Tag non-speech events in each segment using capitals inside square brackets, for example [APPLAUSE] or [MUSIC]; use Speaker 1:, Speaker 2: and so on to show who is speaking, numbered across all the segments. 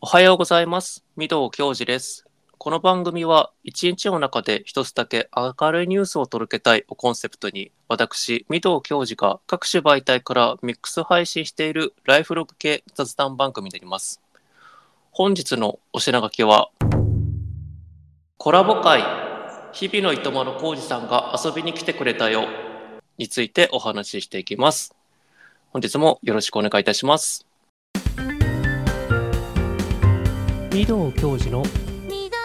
Speaker 1: はようございます。御堂教授です。この番組は、一日の中で一つだけ明るいニュースを届けたいをコンセプトに、私、御堂教授が各種媒体からミックス配信しているライフログ系雑談番組になります。本日のお品書きは、コラボ会、日々のいとまの浩二さんが遊びに来てくれたよ、についてお話ししていきます。本日もよろしくお願いいたします。
Speaker 2: 御堂教授の
Speaker 3: みどら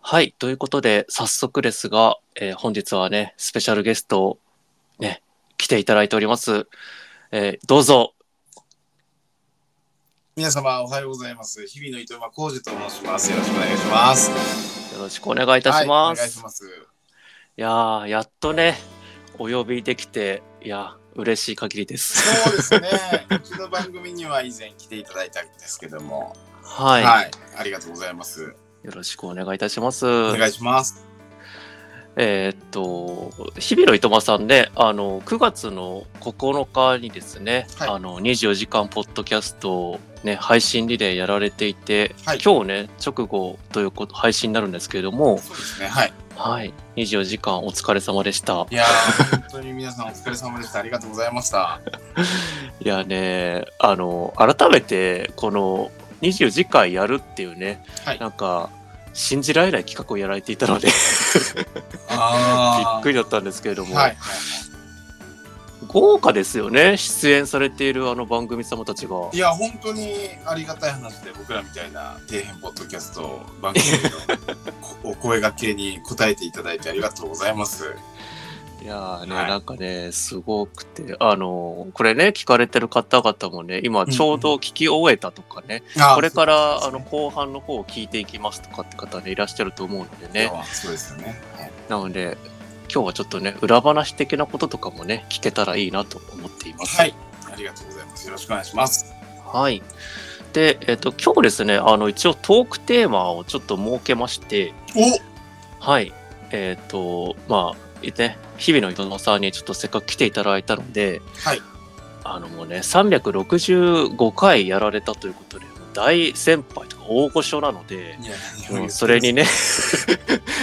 Speaker 1: はい、ということで、早速ですが、えー本日はね、スペシャルゲストをね、来ていただいております。えーどうぞ。
Speaker 4: 皆様おはようございます。日々の糸間浩二と申します。よろしくお願いします。
Speaker 1: よろしくお願いいたします。
Speaker 4: はい、お願い
Speaker 1: い
Speaker 4: します。
Speaker 1: やー、やっとね、お呼びできて、いや、嬉しい限りです。
Speaker 4: [LAUGHS] そうですね。うちの番組には以前来ていただいたんですけども、
Speaker 1: は、
Speaker 4: はいい、ありがとうございます。
Speaker 1: よろしくお願いいたします。
Speaker 4: お願いします。
Speaker 1: えーっと、日比野いとまさんね、あの、9月の9日にですね、
Speaker 4: はい
Speaker 1: あの、24時間ポッドキャストをね、配信リレーやられていて、
Speaker 4: はい
Speaker 1: 今日ね、直後ということ、配信になるんですけれども、
Speaker 4: そうですね。はい。
Speaker 1: はい、24時間お疲れ様でした
Speaker 4: い。やー、本当に皆さんお疲れ様でした。ありがとうございました。
Speaker 1: いやね、あの、改めて、この、24時間やるっていうね、
Speaker 4: はい
Speaker 1: なんか、信じられない企画をやられていたので、び
Speaker 4: あ
Speaker 1: っくりだったんですけれども、
Speaker 4: はい。はい
Speaker 1: 豪華ですよね、出演されているあの番組様たちが。
Speaker 4: いや、本当にありがたい話で、僕らみたいな底辺ポッドキャスト番組のこお声掛けに答えていただいてありがとうございます。
Speaker 1: いやーね、
Speaker 4: はい
Speaker 1: なんかね、すごくて、あの、これね、聞かれてる方々もね、今ちょうど聞き終えたとかね、これから、あの、後半の方を聞いていきますとかって方ね、いらっしゃると思うのでね、
Speaker 4: あそうですよね。はい
Speaker 1: なので、今日はちょっとね、裏話的なこととかもね、聞けたらいいなと思っています。
Speaker 4: はい。ありがとうございます。よろしくお願いします。
Speaker 1: はい。で、えっ、と、今日ですね、あの、一応トークテーマをちょっと設けまして、
Speaker 4: お
Speaker 1: はい。えっ、と、まあ、ね、日々の井戸さんにちょっとせっかく来ていただいたので、
Speaker 4: はい。
Speaker 1: あのもうね、365回やられたということで、もう大先輩とか大御所なので、
Speaker 4: いや
Speaker 1: もうそれに。ね、 [LAUGHS]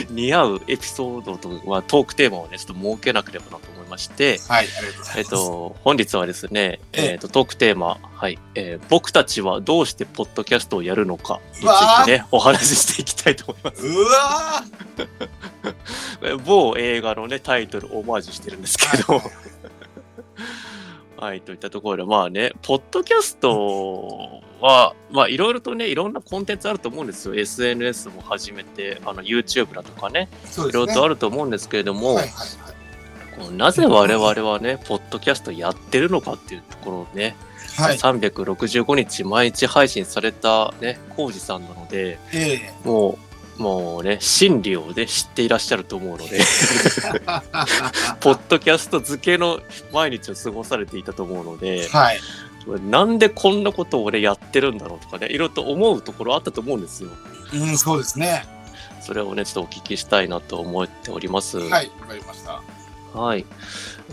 Speaker 1: 似合うエピソードとか、まあ、トークテーマをね、ちょっと設けなければなと思いまして、
Speaker 4: はい。ありがとうございます。
Speaker 1: えっと、本日はですね、
Speaker 4: ええ
Speaker 1: えっと、トークテーマ、はい、えー僕たちはどうしてポッドキャストをやるのかにつ
Speaker 4: うわ
Speaker 1: い
Speaker 4: ー
Speaker 1: てね、お話ししていきたいと思います。
Speaker 4: うわ
Speaker 1: え某映画のね、タイトルをオマージュしてるんですけど、はい、といったところで、まあね、ポッドキャストは、まあいろいろとね、いろんなコンテンツあると思うんですよ。SNS も始めて、あの YouTube だとかね、
Speaker 4: ーそう
Speaker 1: い
Speaker 4: です
Speaker 1: ろい
Speaker 4: ね
Speaker 1: ろとあると思うんですけれども、
Speaker 4: はいはいはい
Speaker 1: こうなぜ我々はね、ポッドキャストやってるのかっていうところをね、
Speaker 4: はい。
Speaker 1: 365日毎日配信されたね、コウジさんなので、
Speaker 4: ええ
Speaker 1: もう、もうね、真理をね、知っていらっしゃると思うので、ポッドキャスト付けの毎日を過ごされていたと思うので、
Speaker 4: [LAUGHS] はい。
Speaker 1: なんでこんなことを俺やってるんだろうとかね、いろいろと思うところあったと思うんですよ。
Speaker 4: うん、そうですね。
Speaker 1: それをね、ちょっとお聞きしたいなと思っております。
Speaker 4: はい。わかりました。
Speaker 1: はい。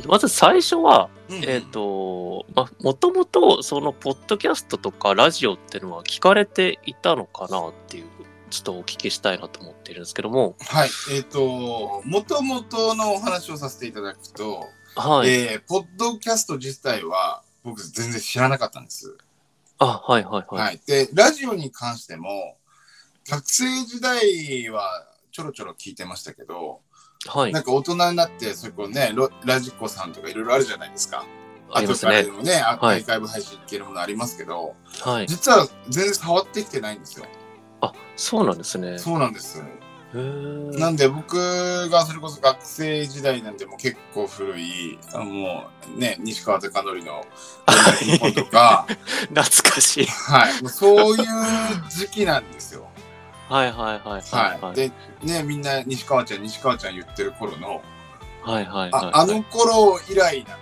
Speaker 1: まず最初は、
Speaker 4: うん
Speaker 1: えっ、。と、まあ、もともと、その、ポッドキャストとかラジオってのは聞かれていたのかなっていう、ちょっとお聞きしたいなと思ってるんですけども、
Speaker 4: はい。えっ、と、もともとのお話をさせていただくと、
Speaker 1: はい。
Speaker 4: えーポッドキャスト自体は僕全然知らなかったんです。
Speaker 1: あ、はいはいはい。
Speaker 4: はい。で、ラジオに関しても、学生時代はちょろちょろ聞いてましたけど、
Speaker 1: はい。
Speaker 4: なんか大人になって、それこうね、ロラジコさんとかいろいろあるじゃないですか。
Speaker 1: あります
Speaker 4: 後から
Speaker 1: ね
Speaker 4: で。もね、ア
Speaker 1: はい
Speaker 4: ーカイブ配信いけるものありますけど、
Speaker 1: はい。
Speaker 4: 実は全然触ってきてないんですよ。
Speaker 1: あ、そうなんですね。
Speaker 4: そうなんです。
Speaker 1: へー
Speaker 4: なんで僕がそれこそ学生時代なんてもう結構古い、あもうね、西川貴教の
Speaker 1: はい
Speaker 4: 本と
Speaker 1: [LAUGHS]
Speaker 4: か、
Speaker 1: 懐かしい。
Speaker 4: はい、もうそういう時期なんですよ。
Speaker 1: はいはいはいはい。
Speaker 4: はい。で、ね、みんな西川ちゃん、西川ちゃん言ってる頃の、
Speaker 1: はいはいはいはい
Speaker 4: ああの頃以来なん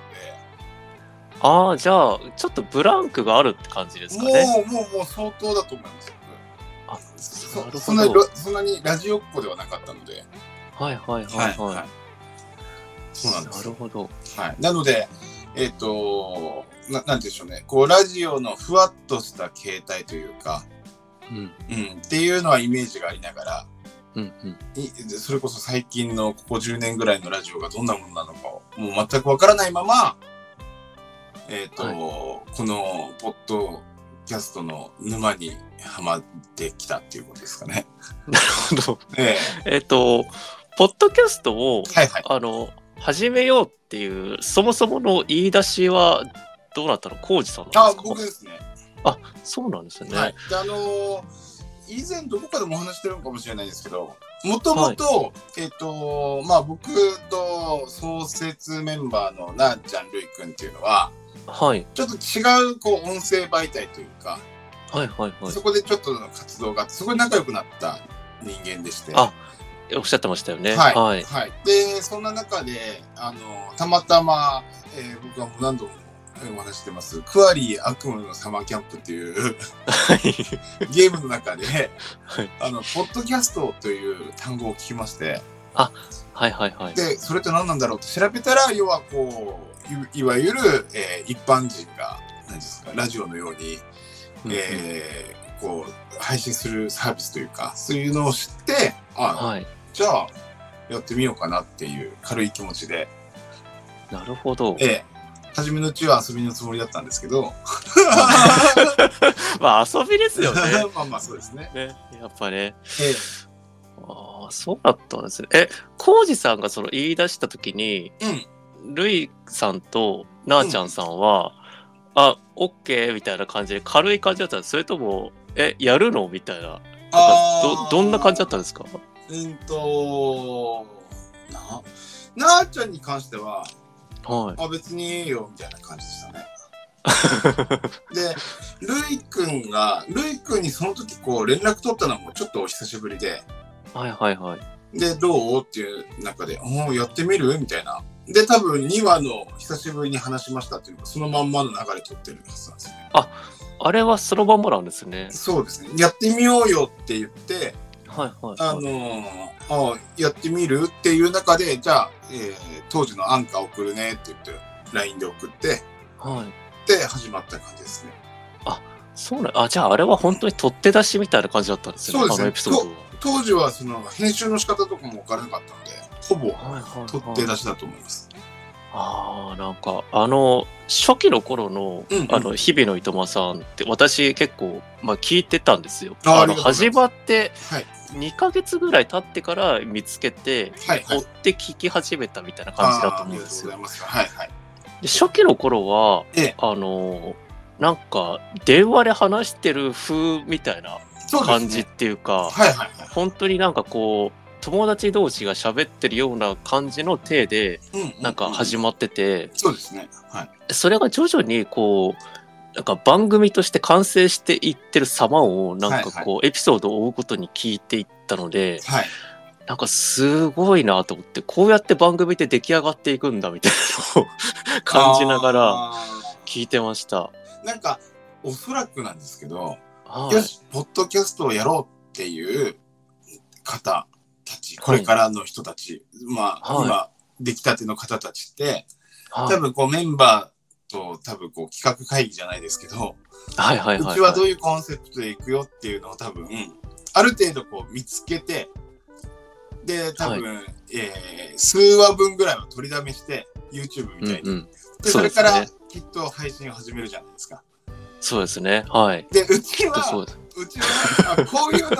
Speaker 1: ああ、じゃあ、ちょっとブランクがあるって感じですか
Speaker 4: で、
Speaker 1: ね。
Speaker 4: もう、もう、もう相当だと思います。
Speaker 1: あなるほ
Speaker 4: そ
Speaker 1: ど
Speaker 4: そんなにラそんなにラジオっ子ではなかったので。
Speaker 1: はいはいはいはい。
Speaker 4: そうなんです
Speaker 1: なるほど。
Speaker 4: はい、なので、えっ、と、ななんて言うんでしょうねこうラジオのふわっとした形態というか、
Speaker 1: うん
Speaker 4: うん、っていうのはイメージがありながら
Speaker 1: うんうん [LAUGHS]
Speaker 4: いそれこそ最近のここ10年ぐらいのラジオがどんなものなのかをもう全くわからないまま、えっと
Speaker 1: はい
Speaker 4: このポッドキャストの沼にはまってきたっていうことです
Speaker 1: [LAUGHS]
Speaker 4: かね。
Speaker 1: なるほど
Speaker 4: え
Speaker 1: えっとポッドキャストを
Speaker 4: えはいはい。
Speaker 1: あの始めようっていうそもそもの言い出しはどうだったの浩二さんなんで
Speaker 4: あ
Speaker 1: すか
Speaker 4: 僕ですね。
Speaker 1: そうなんですよね、
Speaker 4: はい、であのー以前どこかでもお話ししてるのかもしれないですけどもともとえっ、とまあ僕と創設メンバーのなーちゃんるいくんっていうのは
Speaker 1: はい、
Speaker 4: ちょっと違うこう音声媒体というか、
Speaker 1: はいはいはい
Speaker 4: そこでちょっとの活動があってすごい仲良くなった人間でして。
Speaker 1: あおっしゃってましたよね
Speaker 4: はい、
Speaker 1: は
Speaker 4: はい [LAUGHS] い、で、そんな中で、あの、たまたま、えー僕はもう何度もえーお話ししてます、クアリー悪夢のサマーキャンプっていう、 [LAUGHS] ゲームの中で、
Speaker 1: はい
Speaker 4: あの、ポッドキャストという単語を聞きまして、
Speaker 1: はいはいはい
Speaker 4: で、それって何なんだろうと調べたら、要はこう、いいわゆる、えー一般人が、何ですか、ラジオのように、
Speaker 1: うんうん
Speaker 4: えーこう、配信するサービスというか、そういうのを知って、あ、
Speaker 1: はい
Speaker 4: じゃあ、やってみようかなっていう軽い気持ちで、
Speaker 1: なるほど
Speaker 4: ええ、初めのうちは遊びのつもりだったんですけど、
Speaker 1: まあ遊び [LAUGHS] ですよね
Speaker 4: [LAUGHS] まあまあそうですね。
Speaker 1: ねやっぱね
Speaker 4: ええ、
Speaker 1: ああそうだったんですねえ浩二さんがその言い出した時に
Speaker 4: うん
Speaker 1: るいさんとなあちゃんさんは、あオッケーみたいな感じで軽い感じだったんですそれともえやるのみたいなどどんな感じだったんですか
Speaker 4: うんと、な、なあちゃんに関しては、
Speaker 1: はい
Speaker 4: あ、別にいいよ、みたいな感じでしたね。で、るいくんが、るいくんにその時こう連絡取ったのはもうちょっとお久しぶりで、
Speaker 1: はいはいはい
Speaker 4: で、どうっていう中で、おーやってみるみたいな。で、多分2話の久しぶりに話しましたっていうのが、そのまんまの流れ取ってるはずなんですよね。
Speaker 1: あれはそのまんまなんですね
Speaker 4: そうですね。やってみようよって言って、
Speaker 1: はいはいは
Speaker 4: あの
Speaker 1: い
Speaker 4: ーあーやってみるっていう中で、じゃあ、えー当時のアンカー送るねって言って、LINE で送って、
Speaker 1: はい
Speaker 4: で、始まった感じですね。
Speaker 1: そうなんあじゃああれは本当に取って出しみたいな感じだったんですね
Speaker 4: そうですね
Speaker 1: あのエピソード
Speaker 4: 当時はその編集の仕方とかも分からなかったので、ほぼ
Speaker 1: ははいはいはい
Speaker 4: 取って出しだと思います。
Speaker 1: ああなんかあの初期の頃の,、
Speaker 4: うんうん
Speaker 1: あの日々の糸間さんって私結構、まあ、聞いてたんですよ。
Speaker 4: あー
Speaker 1: あ
Speaker 4: あり
Speaker 1: の
Speaker 4: がとうござ
Speaker 1: 始
Speaker 4: います
Speaker 1: まって
Speaker 4: はい
Speaker 1: 2ヶ月ぐらい経ってから見つけて
Speaker 4: はい、
Speaker 1: 追
Speaker 4: はい
Speaker 1: っ。て聞き始めたみたいな感じだと思うんですよ
Speaker 4: あーありがとうござ。います。はい、はい。
Speaker 1: で初期の頃は、
Speaker 4: ええ
Speaker 1: あのなんか電話で話してる風みたいな
Speaker 4: そうですね
Speaker 1: 感じっていうか
Speaker 4: はい、はい、はい。
Speaker 1: 本当になんかこう友達同士が喋ってるような感じの体で
Speaker 4: う
Speaker 1: なんか始
Speaker 4: ま
Speaker 1: まってて。
Speaker 4: そうですね。はい。
Speaker 1: それが徐々にこうなんか番組として完成していってる様をなんかこうエピソードを追うことに聞いていったので
Speaker 4: はい。
Speaker 1: なんかすごいなと思ってこうやって番組って出来上がっていくんだみたいなのを [LAUGHS] 感じながら
Speaker 4: あ
Speaker 1: 聞いてました。
Speaker 4: ー。なんか、おそらくなんですけど、
Speaker 1: は
Speaker 4: よ
Speaker 1: い、
Speaker 4: し、ポッドキャストをやろうっていう方たち、これからの人たち、まあ、
Speaker 1: はい
Speaker 4: 今、出来たての方たちって、
Speaker 1: は
Speaker 4: 多
Speaker 1: い
Speaker 4: 分こうメンバーと多分こう企画会議じゃないですけど、
Speaker 1: はいはいうは
Speaker 4: ち
Speaker 1: い
Speaker 4: はどう
Speaker 1: は
Speaker 4: いうコンセプトでいくよっていうのを多分、ある程度こう見つけて、で、多分、えー数話分ぐらいは取りだめして、YouTube み
Speaker 1: い。
Speaker 4: たいに。
Speaker 1: うんうん、
Speaker 4: で、
Speaker 1: そ
Speaker 4: そう
Speaker 1: で
Speaker 4: れ
Speaker 1: す
Speaker 4: か
Speaker 1: ね
Speaker 4: らきっと配信を始めるじゃないですか。
Speaker 1: そうですね。はい。
Speaker 4: で、うち
Speaker 1: きっとそう
Speaker 4: は、
Speaker 1: です。
Speaker 4: うちは、あこういうの、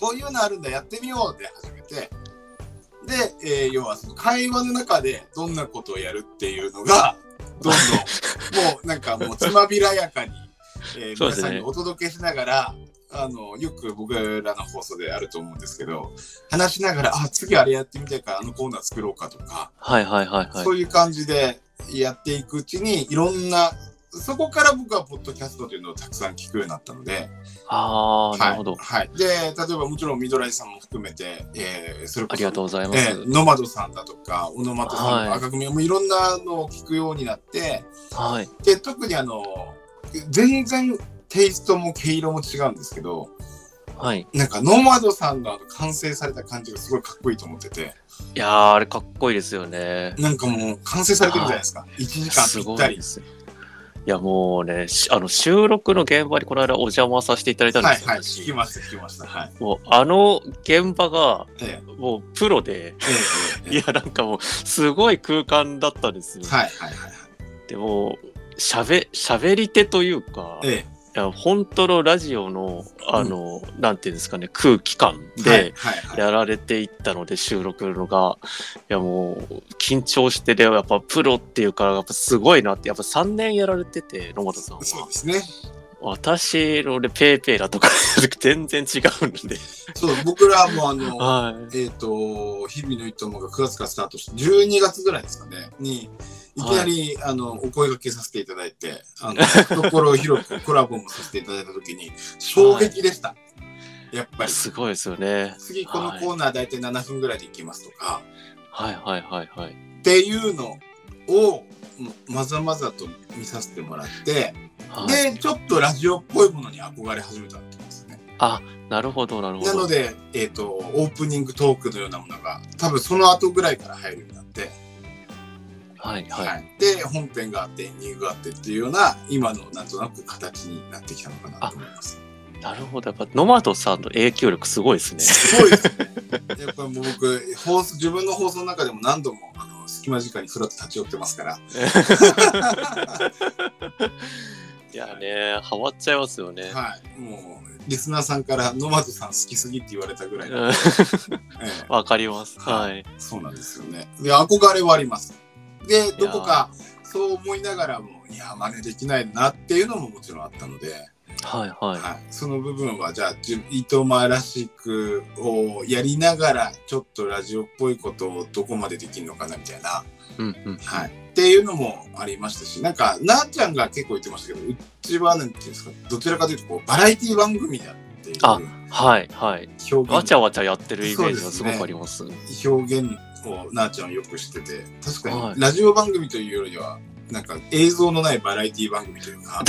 Speaker 4: こういうのあるんだ、やってみようって始めて、で、えー要はその会話の中でどんなことをやるっていうのが、どんどん、もうなんかもうつまびらやかに、えー
Speaker 1: そうで
Speaker 4: 皆
Speaker 1: すね
Speaker 4: さんにお届けしながら、あの、よく僕らの放送であると思うんですけど、話しながら、あ、次あれやってみたいから、あのコーナー作ろうかとか、
Speaker 1: はいはいはいはい。
Speaker 4: そういう感じでやっていくうちに、いろんな、そこから僕はポッドキャストというのをたくさん聞くようになったので、
Speaker 1: ああ、なるほど。
Speaker 4: はい。はいで、例えばもちろんミドライさんも含めて、えーそれこそ
Speaker 1: ありがとうございま
Speaker 4: え
Speaker 1: す。
Speaker 4: ーノマドさんだとか、オノマトさん
Speaker 1: はい
Speaker 4: の赤組、もういろんなのを聞くようになって、
Speaker 1: はい。
Speaker 4: で、特にあの、全然テイストも毛色も違うんですけど、
Speaker 1: はい。
Speaker 4: なんかノマドさんのあの完成された感じがすごいかっこいいと思ってて、
Speaker 1: いやー、あれかっこいいですよね。
Speaker 4: なんかもう完成されてるじゃないですか。1時間
Speaker 1: す
Speaker 4: ぴっ
Speaker 1: ご
Speaker 4: た
Speaker 1: い
Speaker 4: り
Speaker 1: で。すよ。いや、もうね、しあの、収録の現場にこの間お邪魔させていただいたん
Speaker 4: は
Speaker 1: で
Speaker 4: い
Speaker 1: すよ。
Speaker 4: はい、
Speaker 1: 私
Speaker 4: 聞きました、聞きました。はい。
Speaker 1: もう、あの現場が、
Speaker 4: ええ、
Speaker 1: もう、プロで、
Speaker 4: ええ、ええ
Speaker 1: いや、なんかもう、すごい空間だったんですよ。
Speaker 4: はいはいはい。
Speaker 1: でも、しゃべ、しゃべり手というか、い
Speaker 4: え
Speaker 1: や本当のラジオの、あの、なんていうんですかね、空気感
Speaker 4: え、
Speaker 1: で、
Speaker 4: はいはいはい。
Speaker 1: やられていったので収録のがいやもう緊張してでやっぱプロっていうからやっぱすごいなってやっぱ3年やられてて野本さん
Speaker 4: そう
Speaker 1: は
Speaker 4: ですね。
Speaker 1: 私のねペーペーだとか全然違うんで
Speaker 4: そう、僕らもあの、
Speaker 1: は
Speaker 4: えっ、と、日々の一もが9月からスタートして、12月ぐらいですかね、に、いきなり、あの、お声掛けさせていただいて、あの、懐を広くコラボもさせていただいたときに、衝撃でした。やっぱ
Speaker 1: い
Speaker 4: り。
Speaker 1: すごいですよね
Speaker 4: 次このコーナー大体7分ぐらいで行きますとか、
Speaker 1: はいはいはいはい
Speaker 4: っていうのをままざまざと見させてもらって、
Speaker 1: はい
Speaker 4: でちょっとラジオっぽいものに憧れ始めたんですね。
Speaker 1: あなるほどなるほ
Speaker 4: なの
Speaker 1: ど
Speaker 4: で、えっとオープニングトークのようなものが多分その後ぐらいから入るようになって、
Speaker 1: はいはい
Speaker 4: で本編があってエンディングがあってっていうような今のなんとなく形になってきたのかなと思います。
Speaker 1: なるほどやっぱ野本さんの影響力すごいですね
Speaker 4: すごいですね。やっぱりもう僕放送自分の放送の中でも何度もあの隙間時間にふらっと立ち寄ってま
Speaker 1: [LAUGHS]
Speaker 4: すから。
Speaker 1: いやねハマっちゃいますよね、
Speaker 4: はい、もうリスナーさんから「ノマドさん好きすぎ」って言われたぐらい、
Speaker 1: うん
Speaker 4: ええ
Speaker 1: わかりますはい
Speaker 4: そうなんですよねで憧れはありますでどこかそう思いながらもいや真似できないなっていうのももちろんあったので、
Speaker 1: はいはい
Speaker 4: はい、その部分はじゃあじ伊藤間らしくをやりながらちょっとラジオっぽいことをどこまでできるのかなみたいな、
Speaker 1: うんうん
Speaker 4: はい、っていうのもありましたしなんかなあちゃんが結構言ってましたけどうちはなんていうんですかどちらかというとこうバラエティ番組だっていう
Speaker 1: あはいはい
Speaker 4: 表
Speaker 1: わ
Speaker 4: 現
Speaker 1: ちゃわちゃやってるイメージがすごくあります。
Speaker 4: 表現をなあちゃんはよくしてて確か
Speaker 1: はい
Speaker 4: にラジオ番組というよりはなんか映像のないバラエティ番組という
Speaker 1: [LAUGHS]
Speaker 4: か、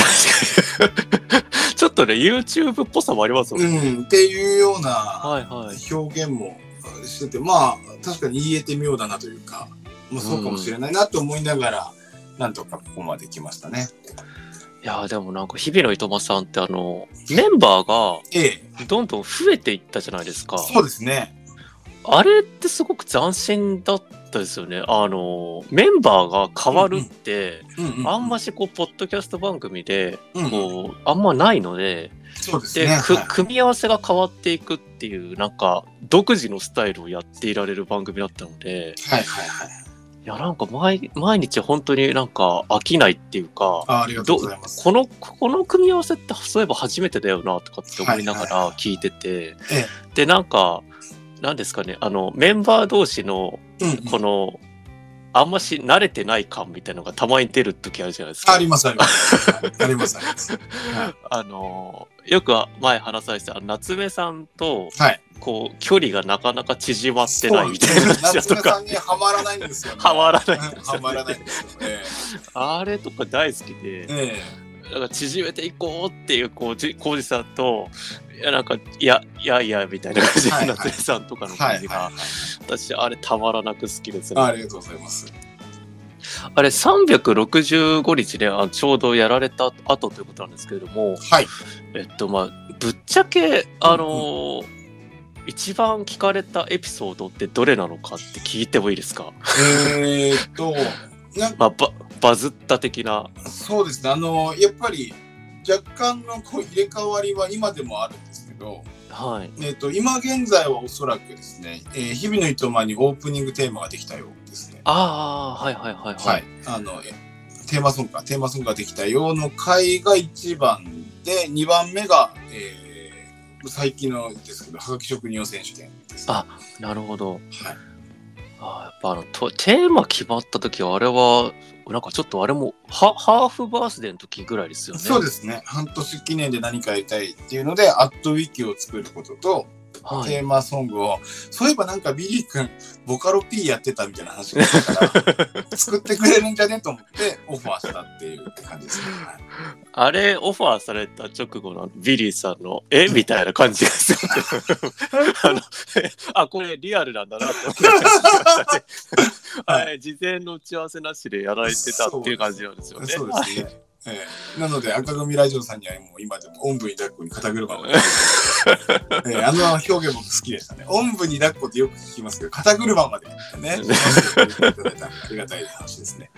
Speaker 1: 確かに。ちょっとね、YouTube っぽさもありますもん
Speaker 4: う
Speaker 1: ね。
Speaker 4: ん、っていうような
Speaker 1: はいはい。
Speaker 4: 表現もしててまあ確かに言えて妙だなというか、まあ、そうかもしれないなと思いながら、なんとかここまで来ましたね。
Speaker 1: いやー、でもなんか、日々のいとまさんって、あの、メンバー
Speaker 4: ええ
Speaker 1: がどんどん増えていったじゃないですか。
Speaker 4: そうですね。
Speaker 1: あれってすごく斬新だったですよね。あの、メンバーが変わるって、
Speaker 4: うんう
Speaker 1: あんましこう、ポッドキャスト番組で、
Speaker 4: うん
Speaker 1: こう、あんまないので、
Speaker 4: そうです
Speaker 1: で、
Speaker 4: ね。
Speaker 1: く
Speaker 4: はい
Speaker 1: 組み合わせが変わっていくっていう、なんか、独自のスタイルをやっていられる番組だったので、
Speaker 4: はいはいはい。
Speaker 1: いや、なんか毎毎日本当になんか飽きないっていうか、
Speaker 4: あありがとうございます。
Speaker 1: この、この組み合わせってそういえば初めてだよなとかって思いなが
Speaker 4: はい
Speaker 1: ら聞いてて、
Speaker 4: え
Speaker 1: で、なんか、なんですかね、あの、メンバー同士の
Speaker 4: うんうん
Speaker 1: この、あんまし慣れてない感みたいなのがたまに出る時あるじゃないですか。
Speaker 4: ありますあります。はいありますあります。はい
Speaker 1: あの、よく前話されてたあの夏目さんと、
Speaker 4: はい。
Speaker 1: こう、距離がなかなか縮まってないみたいな話だと
Speaker 4: そう夏目さ
Speaker 1: か
Speaker 4: ん、にはまらないんですよ、
Speaker 1: [LAUGHS]
Speaker 4: ね。
Speaker 1: はまらないんですよね
Speaker 4: はまらないんですよ、ね。
Speaker 1: あれとか大好きで、
Speaker 4: え
Speaker 1: なんか縮めていこうっていうこうじ浩二さんといやなんかいやいやいやみたいな感じ
Speaker 4: はい
Speaker 1: に
Speaker 4: は
Speaker 1: ないってさんとか
Speaker 4: え
Speaker 1: の
Speaker 4: は
Speaker 1: 感
Speaker 4: い
Speaker 1: じ
Speaker 4: は
Speaker 1: が
Speaker 4: い。
Speaker 1: 私あれたまらなく好きですね
Speaker 4: ありがとうございます。
Speaker 1: あれ365日であちょうどやられた後ということなんですけれども
Speaker 4: はい。
Speaker 1: えっとまあぶっちゃけあのー一番聞かれたエピソードってどれなのかって聞いてもいいですか、
Speaker 4: えー、っと、なん
Speaker 1: まあ、ババズった的な
Speaker 4: かそうですね。あの、やっぱり若干のこう入れ替わりは今でもあるんですけど、
Speaker 1: はい
Speaker 4: えーっと、今現在はおそらくですね、えー日々の糸間にオープニングテーマができたようですね。
Speaker 1: ああはいはいはいはい、
Speaker 4: はい、あのえテーマソングかテーマソングができたよの回が1番で2番目が、えー最近のですけどはがき職人を選手権です、
Speaker 1: あなるほど
Speaker 4: はい、
Speaker 1: ああやっぱあのとテーマ決まった時はあれはなんかちょっとあれもハハーフバースデーの時ぐらいですよね。
Speaker 4: そうですね半年記念で何かやりたいっていうので「アットウィキを作ることと
Speaker 1: はい
Speaker 4: テーマソングを、そういえばなんかビリー君、ボカロ P やってたみたいな話があっ
Speaker 1: [LAUGHS]
Speaker 4: たから、作ってくれるんじゃねと思ってオファーしたっていう感じで
Speaker 1: [LAUGHS]
Speaker 4: すね。はい
Speaker 1: あれ、オファーされた直後のビリーさんの、えみたいな感じがす
Speaker 4: [LAUGHS]
Speaker 1: る。あの、えあ、これリアルなんだなと思
Speaker 4: [LAUGHS]
Speaker 1: って。あれ、事前の打ち合わせなしでやられてたっていう感じなんですよね。
Speaker 4: そうですね。ええなので赤組ラジオさんにはもう今でもおんぶに抱っこに肩車を、ええあの表現僕好きでしたね。おんぶに抱っこってよく聞きますけど肩車まで
Speaker 1: [LAUGHS]
Speaker 4: ね。ありがたい話ですね。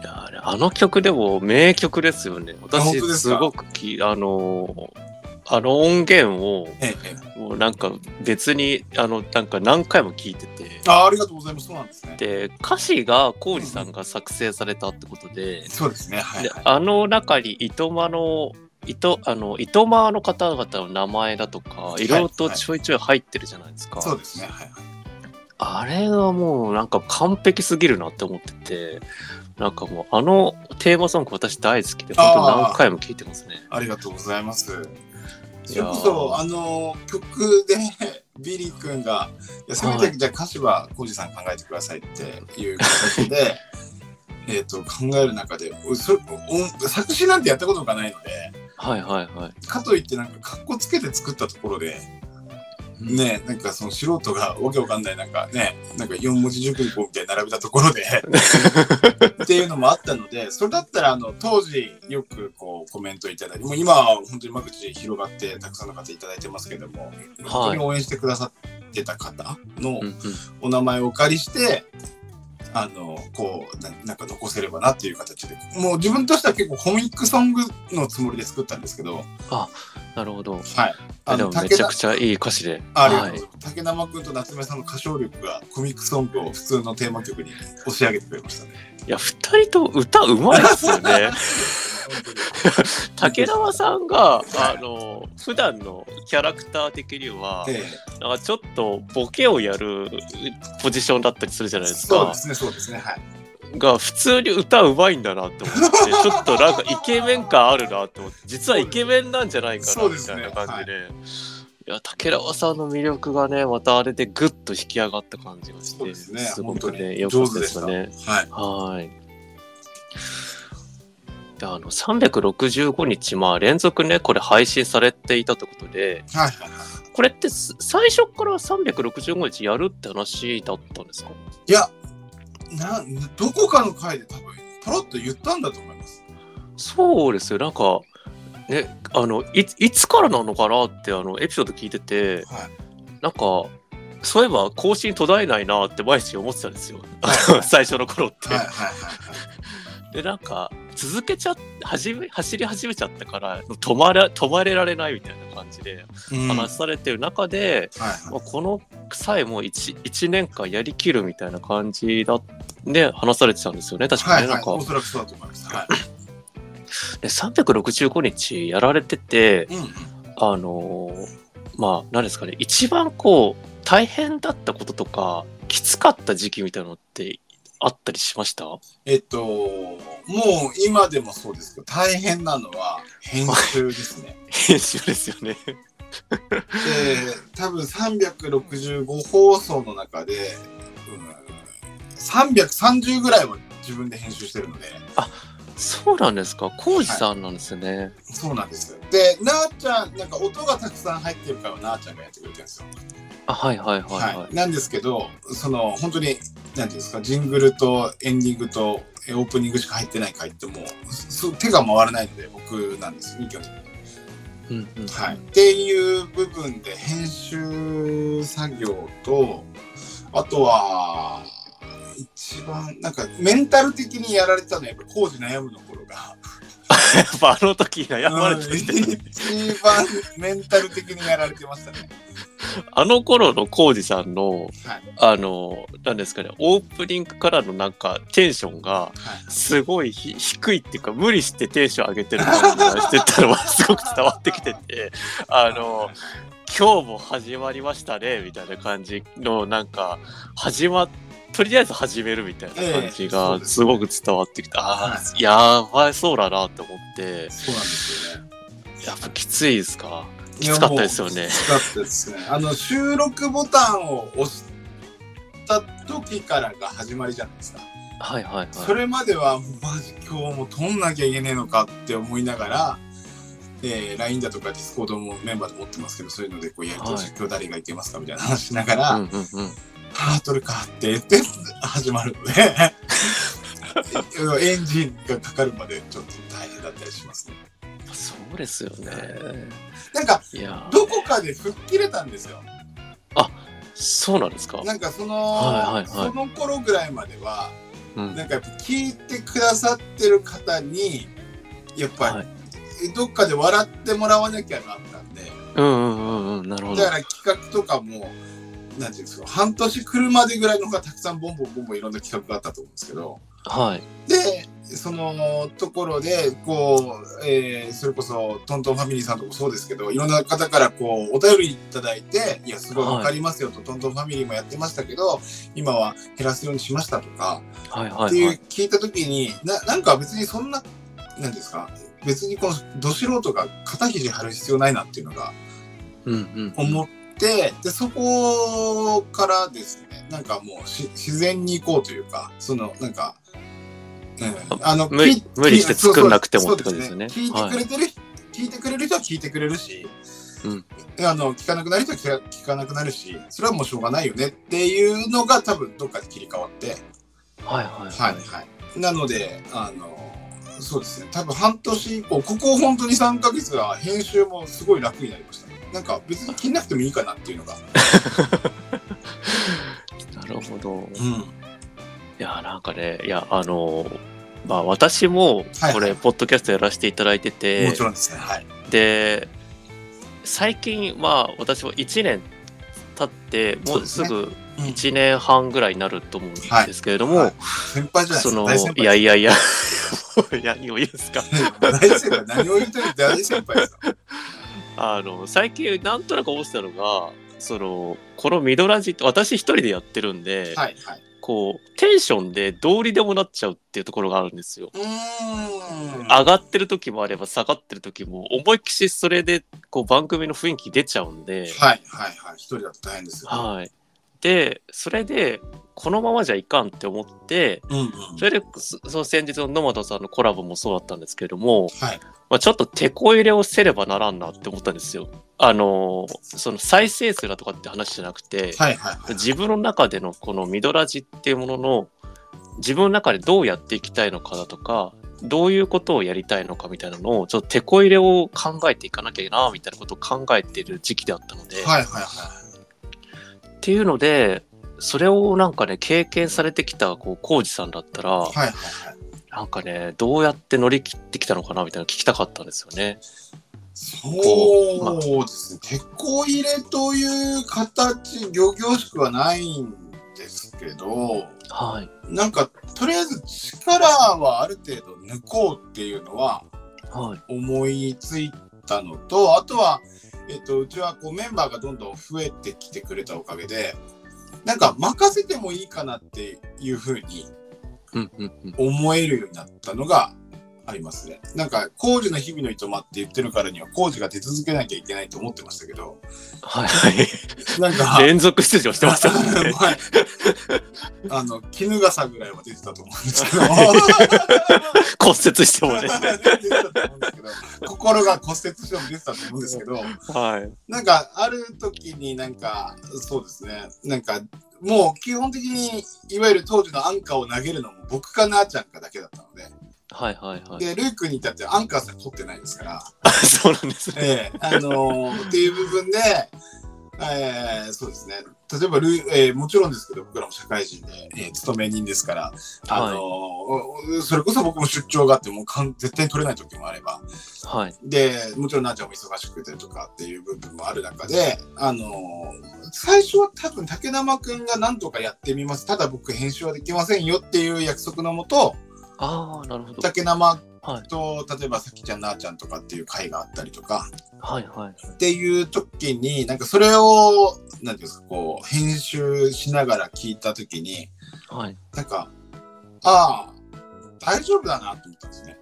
Speaker 1: いやあれあの曲でも名曲ですよね。
Speaker 4: 本
Speaker 1: 私
Speaker 4: 当ですか
Speaker 1: すごくきあのーあの音源を
Speaker 4: ええええ
Speaker 1: もうなんか別にあのなんか何回も聞いてて
Speaker 4: あありがとうございます。そうなんですね。
Speaker 1: で歌詞が浩二さんが作成されたってことで,、
Speaker 4: そうですね。はい、
Speaker 1: で
Speaker 4: はい。
Speaker 1: あの中にいとまのいとあのいとまの方々の名前だとか
Speaker 4: い
Speaker 1: いろいろとちょいちょい入ってるじゃないですか、
Speaker 4: そうですね。はいはい。
Speaker 1: あれはもうなんか完璧すぎるなって思っててなんかもうあのテーマソング私大好きで本当に何回も聞いてますね。
Speaker 4: ありがとうございます。
Speaker 1: ー
Speaker 4: それこそ、あの、曲で、ビリー君が、いやせめて、
Speaker 1: は
Speaker 4: じゃあ歌詞は、コージさん考えてくださいっていう形で、 [LAUGHS] えっと、考える中で、おそお作詞なんてやったことがないので、
Speaker 1: はいはいはい。
Speaker 4: かといって、なんか、格好つけて作ったところで、ね、なんかその素人がわけわかんないなんかねなんか4文字熟語みたいに並べたと
Speaker 1: [LAUGHS]
Speaker 4: ころでっていうのもあったのでそれだったらあの当時よくこうコメントいただいてもう今は本当に間口広がってたくさんの方いただいてますけども、本当に応援してくださってた方の
Speaker 1: うんうん
Speaker 4: お名前をお借りして。あのこうななんか残せればなっていう形でもう自分としては結構コミックソングのつもりで作ったんですけど、
Speaker 1: なるほど。
Speaker 4: はい、あ
Speaker 1: で
Speaker 4: の
Speaker 1: もめ
Speaker 4: 武
Speaker 1: ちゃ
Speaker 4: 田
Speaker 1: くちゃいい歌詞で。
Speaker 4: ありがとうござい
Speaker 1: は
Speaker 4: ます。竹生君と夏目さんの歌唱力がコミックソングを普通のテーマ曲に押し上げてくれましたね。
Speaker 1: [LAUGHS] い、いや、二人とも歌うまいですよね。
Speaker 4: [LAUGHS] 本当に
Speaker 1: 竹縄さんが、あの、普段のキャラクター的には、
Speaker 4: え
Speaker 1: なんかちょっとボケをやるポジションだったりするじゃ
Speaker 4: え
Speaker 1: ないです
Speaker 4: そう
Speaker 1: か
Speaker 4: で。すね、そうですね。はい。
Speaker 1: が、普通に歌うまいんだな
Speaker 4: [LAUGHS]
Speaker 1: って思って、ちょっとなんかイケメン感あるなって思って、実はイケメンなんじゃないか
Speaker 4: そ
Speaker 1: な
Speaker 4: うで
Speaker 1: み
Speaker 4: す
Speaker 1: た
Speaker 4: ね
Speaker 1: いな感じで。いや竹縄さんの魅力がねまたあれでグッと引き上がった感じがして
Speaker 4: そうですね。
Speaker 1: すご
Speaker 4: 本当
Speaker 1: くね
Speaker 4: に
Speaker 1: 良か
Speaker 4: 上
Speaker 1: った
Speaker 4: 手
Speaker 1: で
Speaker 4: ですし
Speaker 1: よ
Speaker 4: た。
Speaker 1: ね。
Speaker 4: はい。
Speaker 1: はい。であの365日、まあ、連続ね、これ配信されていたということで、
Speaker 4: はいはいはい。
Speaker 1: これってす最初から365日やるって話だったんですか
Speaker 4: いや、などこかの回で多分ポロッと言ったんだと思います。
Speaker 1: そうですよ、なんか、ね、あのいいつからなのかなってあのエピソード聞いてて、
Speaker 4: はい。
Speaker 1: なんか、そういえば更新途絶えないなって毎日思ってたんですよ、 [LAUGHS] 最初の頃って。
Speaker 4: はいはいはい
Speaker 1: でなんか続けちゃ始め走り始めちゃったから止まら止まれられないみたいな感じで
Speaker 4: はい。うんはい
Speaker 1: 話されてる中で、ま
Speaker 4: は
Speaker 1: あこの際もう 1, 1年間やりきるみたいな感じだで話されてたんですよね確か
Speaker 4: い。
Speaker 1: に、ね
Speaker 4: はい。
Speaker 1: なん
Speaker 4: お
Speaker 1: か
Speaker 4: そらくそうだと思います。は
Speaker 1: で365日やられてて
Speaker 4: い。うんうん。
Speaker 1: あのーまあ何ですかね一番こう大変だったこととかきつかった時期みたいなのってあったりしました
Speaker 4: えっと、もう今でもそうですけど、大変なのは編集ですね。
Speaker 1: 編集ですよね。
Speaker 4: で多分365放送の中で、うん、330ぐらいは自分で編集してるので
Speaker 1: そうなんですか浩二さんなんですよね。
Speaker 4: そうなんですよでなあちゃんなんか音がたくさん入ってるからなあちゃんがやってくれてるんですよ、
Speaker 1: あはいはいはい
Speaker 4: はい
Speaker 1: はい。
Speaker 4: なんですけどその本当に何ていうんですかジングルとエンディングとえオープニングしか入ってない回ってもうす手が回らないので僕なんですよ基本的に
Speaker 1: うんうん
Speaker 4: はい、っていう部分で編集作業とあとは一番なんかメンタル的にやられてたのはやっぱ工事悩むの頃が
Speaker 1: やっぱあの時悩まれて
Speaker 4: うん
Speaker 1: て、
Speaker 4: 一番メンタル的にやられてましたね。
Speaker 1: あの頃の浩二さんの、
Speaker 4: はい
Speaker 1: あの、なんですかね、オープニングからのなんかテンションが、
Speaker 4: はい
Speaker 1: すごいひ低いっていうか、無理してテンション上げてる感じがしてたのはすごく伝わってきて
Speaker 4: [LAUGHS]
Speaker 1: て、あの、今日も始まりましたね、みたいな感じの、なんか、始まとりあえず始めるみたいな感じ
Speaker 4: ええそう
Speaker 1: が
Speaker 4: です
Speaker 1: すごく伝わってきて、あ
Speaker 4: は
Speaker 1: あ、やばいそうだなって思って、
Speaker 4: そうなんですよね。
Speaker 1: やっぱきついですかきつかったですよね
Speaker 4: いやもうきつかったですね。あの、収録ボタンを押した時からが始まりじゃないですか。
Speaker 1: はいはい
Speaker 4: そ
Speaker 1: は
Speaker 4: れまでは、もうマジ今日も撮んなきゃいけねえのかって思いながら、えー LINE だとか Discord もメンバーで持ってますけど、そういうのでこうやりと
Speaker 1: はい
Speaker 4: り、今日誰がいてますかみたいな話しながら、
Speaker 1: い。うんうんうん。
Speaker 4: ハートルかって言って始まるのでエンジンがかかるまでちょっと大変だったりしますね
Speaker 1: そうですよね。
Speaker 4: なんか
Speaker 1: いやー、
Speaker 4: どこかで吹っ切れたんですよ
Speaker 1: そうなんですか。
Speaker 4: なんかその、
Speaker 1: はいはいはい
Speaker 4: その頃ぐらいまでは
Speaker 1: うん。
Speaker 4: なんかやっぱ聞いてくださってる方にやっぱり、
Speaker 1: はい
Speaker 4: どっかで笑ってもらわなきゃなったんで
Speaker 1: うんうんうんうん。なるほど。
Speaker 4: だ
Speaker 1: は
Speaker 4: から企画とかもなんていうんですか半年来るまでぐらいの方がたくさんボンボンボンボンいろんな企画があったと思うんですけど
Speaker 1: い。
Speaker 4: でそのところでこう、えーそれこそトントンファミリーさんとかもそうですけどいろんな方からこうお便りいただいて「いやすごい
Speaker 1: はい
Speaker 4: 分かりますよ」と、トントンファミリーもやってましたけど今は減らすようにしました」とか
Speaker 1: はい
Speaker 4: っ
Speaker 1: は
Speaker 4: て
Speaker 1: い
Speaker 4: い
Speaker 1: は
Speaker 4: う
Speaker 1: い。
Speaker 4: 聞いた時にななんか別にそんななんですか別にこのど素人が肩肘張る必要ないなっていうのが
Speaker 1: うんうん。
Speaker 4: 思ってでそこからですねなんかもうし自然に行こうというかそのなんか、うん、あの
Speaker 1: 無理
Speaker 4: き
Speaker 1: 無理して作んなくて
Speaker 4: そ
Speaker 1: も
Speaker 4: う
Speaker 1: って感じですよね
Speaker 4: そう聞いてくれてる、聞いてくれる人は聞いてくれるし、
Speaker 1: うん
Speaker 4: あの聞かなくなる人は聞か聞かなくなるしそれはもうしょうがないよねっていうのが多分どっかで切り替わって
Speaker 1: はいはい
Speaker 4: はいはいなのであのそうですね多分半年以降ここ本当に3ヶ月は編集もすごい楽になりましたなんか別に気になくてもいいかなっていうのが
Speaker 1: なるほど。
Speaker 4: うん
Speaker 1: いや、なんかね、いや、あの、まあ私も
Speaker 4: はい
Speaker 1: これ、ポッドキャストやらせていただいてて、
Speaker 4: もちろんですね。はい。
Speaker 1: で、最近、まあ私も1年経って、もうすぐ1年半ぐらいになると思うんですけれども、
Speaker 4: はい先輩じゃない
Speaker 1: その、
Speaker 4: ですか。大先輩
Speaker 1: いやいやい [LAUGHS] や、いや、何を言うんですか。
Speaker 4: 大先輩。何を言ってる大先輩ですか。
Speaker 1: あの、最近、なんとなく思ってたのが、その、このミドラジって、私一人でやってるんで、
Speaker 4: はいはい。
Speaker 1: こう、テンションでどうにでもなっちゃうっていうところがあるんですよ。
Speaker 4: うーん。
Speaker 1: 上がってる時もあれば下がってる時も思いっきしそれでこう番組の雰囲気出ちゃうんで、
Speaker 4: はいはいはい。一人だと大変ですよ。
Speaker 1: はい、でそれでこのままじゃいかんって思って
Speaker 4: うんうん。
Speaker 1: それでそその先日の野本さんのコラボもそうだったんですけれども、
Speaker 4: はい。
Speaker 1: まあ、ちょっと手こ入れをせればならんなって思ったんですよ。あのーその再生数だとかって話じゃなくて、
Speaker 4: はいはいはい。
Speaker 1: 自分の中でのこのミドラジっていうものの自分の中でどうやっていきたいのかだとかどういうことをやりたいのかみたいなのをちょっと手こ入れを考えていかなきゃなみたいなことを考えている時期だったので、
Speaker 4: はいはいはい。
Speaker 1: っていうのでそれをなんかね経験されてきたこう浩二さんだったら
Speaker 4: はいはいはい。
Speaker 1: なんかねどうやって乗り切ってきたのかなみたいなの聞きたかったんですよね。
Speaker 4: そうですね。鉄鋼入れという形、漁業しくはないんですけど、
Speaker 1: はい、
Speaker 4: なんか、とりあえず力はある程度抜こうっていうのは、
Speaker 1: はい、
Speaker 4: 思いついたのとあとは、えっと、うちはこうメンバーがどんどん増えてきてくれたおかげでなんか任せてもいいかなっていうふうに
Speaker 1: うんうんうん
Speaker 4: 思えるようになったのがありますね。なんか工事の日々のいとまって言ってるからには工事が出続けなきゃいけないと思ってましたけど
Speaker 1: はいはい
Speaker 4: なんか
Speaker 1: 連続出場してましたもん [LAUGHS]
Speaker 4: [LAUGHS]
Speaker 1: ね
Speaker 4: はいあの衣笠ぐらいは出てたと思うんですけど。
Speaker 1: 骨折して [LAUGHS] もね
Speaker 4: 出てたと思うんですけど [LAUGHS] 心が骨折しても出てたと思うんですけど
Speaker 1: はい
Speaker 4: なんかある時になんかそうですねなんかもう基本的にいわゆる当時のアンカーを投げるのも僕かなあちゃんかだけだったので、
Speaker 1: はいはいはい
Speaker 4: でルークに至ってはアンカーさえ取ってないですから、
Speaker 1: あ [LAUGHS] そうなんですね
Speaker 4: ええあのーっていう部分で、ええそうですね例えばルー、ええもちろんですけど僕らも社会人で、ええ勤め人ですから、 [LAUGHS] あのーおそれこそ僕も出張があってもうかん絶対取れない時もあれば
Speaker 1: はい
Speaker 4: でもちろんなあちゃんも忙しくてとかっていう部分もある中で、あの最初は多分竹生くんが何とかやってみますただ僕編集はできませんよっていう約束のもと
Speaker 1: ああなるほど
Speaker 4: 竹生
Speaker 1: はい
Speaker 4: と例えばさきちゃんなあちゃんとかっていう会があったりとか
Speaker 1: はいはい
Speaker 4: っていう時になんかそれを何ていうんですかこう編集しながら聞いた時に
Speaker 1: はい
Speaker 4: なんかああ大丈夫だなと思ったんですね。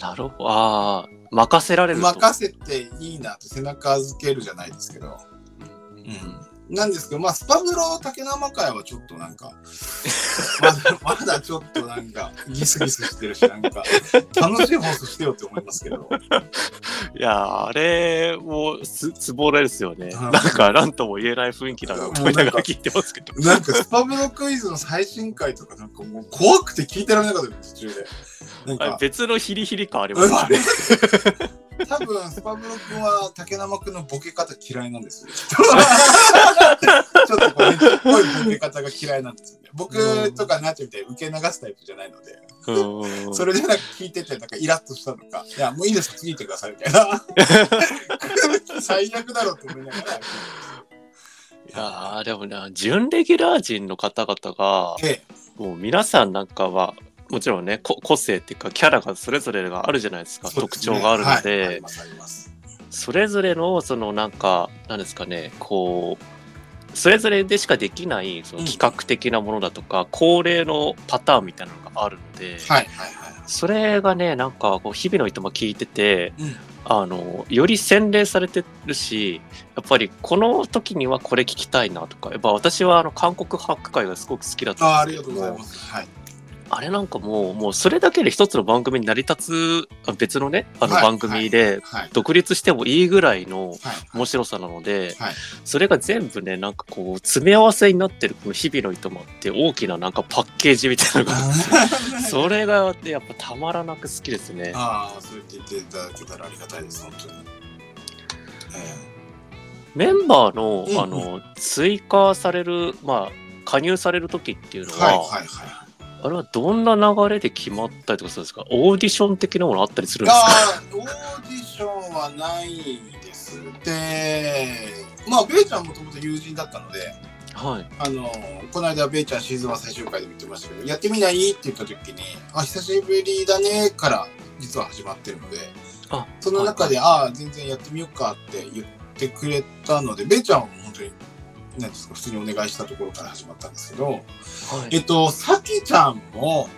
Speaker 1: なるほどああ任せられると。
Speaker 4: 任せていいなと背中預けるじゃないですけど、うん、なんですけどまあスパブロ竹生会はちょっとなんか [LAUGHS] まだまだちょっとなんかギスギスしてるしなんか楽しい放送してよって思いますけど
Speaker 1: いやー、あれもす、つぼれですよね。
Speaker 4: うん
Speaker 1: なんか、なんとも言えない雰囲気だなと思いながら聞いてますけど。
Speaker 4: なんかスパブロクイズの最新回とかなんかもう怖くて聞いてられなかったです途中でなん
Speaker 1: あれ
Speaker 4: か
Speaker 1: 別のヒリヒリ感あります
Speaker 4: うん
Speaker 1: ね [LAUGHS]
Speaker 4: あ。れ多分スパブロ君は竹生君のボケ方嫌いなんですよ。ちょっとこうねちっぽいボケ方が嫌いなんですよね。僕とかなっちゃんみたいに受け流すタイプじゃないので、
Speaker 1: うんうんうん
Speaker 4: それでなんか聞いててなんかイラッとしたのか、いやもういいです次行ってくださいみたいな。 [LAUGHS] 最悪だろうと思いながら。
Speaker 1: いやーでもな、準レギュラー陣の方々が、
Speaker 4: え
Speaker 1: もう皆さんなんかは、もちろんね、こ個性っていうか、キャラがそれぞれがあるじゃないですか、
Speaker 4: え
Speaker 1: 特徴があるので、
Speaker 4: はいありますあります。
Speaker 1: それぞれの、そのなんか、なんですかね、こう、それぞれでしかできないその企画的なものだとか、恒例のパターンみたいなのがあるので、
Speaker 4: はいはいは
Speaker 1: それがね、なんかこう日々の人も聞いてて、
Speaker 4: い。うん
Speaker 1: あの、より洗練されてるし、やっぱりこの時にはこれ聞きたいなとか、やっぱ私はあの韓国ハック会がすごく好きだっ
Speaker 4: あー
Speaker 1: た
Speaker 4: あ
Speaker 1: んで
Speaker 4: り
Speaker 1: す
Speaker 4: がと
Speaker 1: け
Speaker 4: う
Speaker 1: ど
Speaker 4: ござい
Speaker 1: も
Speaker 4: ま、す。はい。
Speaker 1: あれなんかもう、もうそれだけで一つの番組に成り立つ、あ別のね、あの
Speaker 4: はい
Speaker 1: 番組で
Speaker 4: はい。
Speaker 1: 独立してもいいぐらいの
Speaker 4: はい。
Speaker 1: 面白さなので、
Speaker 4: はい。
Speaker 1: それが全部ね、なんかこう、詰め合わせになってる、この日々の糸もあって、大きななんかパッケージみたいなのがあって、それがねやっぱたまらなく好きですね。
Speaker 4: ああ、そう言っていただけたらありがたいです、本当に。
Speaker 1: メンバーの,、
Speaker 4: うんうん
Speaker 1: あの追加される、まあ、加入される時っていうのは、
Speaker 4: はいはいはい。
Speaker 1: あれはどんな流れで決まったりとかするんですかオーディション的なものあったりするんですか
Speaker 4: あーオーディションはないです。で、まあ、ベイちゃんもともと友人だったので、
Speaker 1: はい。
Speaker 4: あの、この間、ベイちゃんシーズン1最終回でも言ってましたけど、やってみないって言った時に、あ、久しぶりだねから、実は始まってるので、
Speaker 1: あ
Speaker 4: その中で、ああ、全然やってみようかって言ってくれたので、ベイちゃんは本当に、なんですか、普通にお願いしたところから始まったんですけど、
Speaker 1: はい
Speaker 4: えっと、さきちゃんも、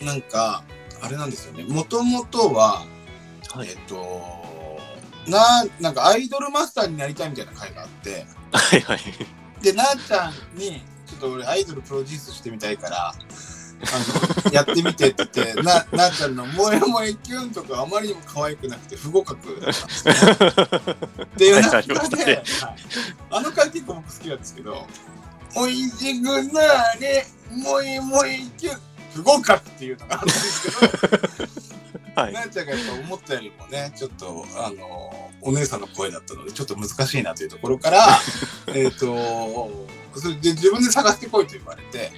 Speaker 4: なんか、あれなんですよね。もともとは、
Speaker 1: はい
Speaker 4: えっと、な、なんかアイドルマスターになりたいみたいな会があって、
Speaker 1: はいはい。
Speaker 4: で、なあちゃんに、ちょっと俺アイドルプロデュースしてみたいから、あの、やってみてって言って、な、なあちゃんの萌え萌えキュンとかあまりにも可愛くなくて不合格だったんですよ。っていう
Speaker 1: はいあ
Speaker 4: 中
Speaker 1: りま
Speaker 4: で、は
Speaker 1: したね
Speaker 4: い、あの回結構僕好きなんですけど、おいしくなーれ、もいもいきゅ、不合格っていうのがあるんですけど、
Speaker 1: はい、
Speaker 4: なーちゃんがやっぱ思ったよりもね、ちょっと、あの、お姉さんの声だったので、ちょっと難しいなというところ
Speaker 1: [LAUGHS]
Speaker 4: から、えっと、それで自分で探してこいと言われて、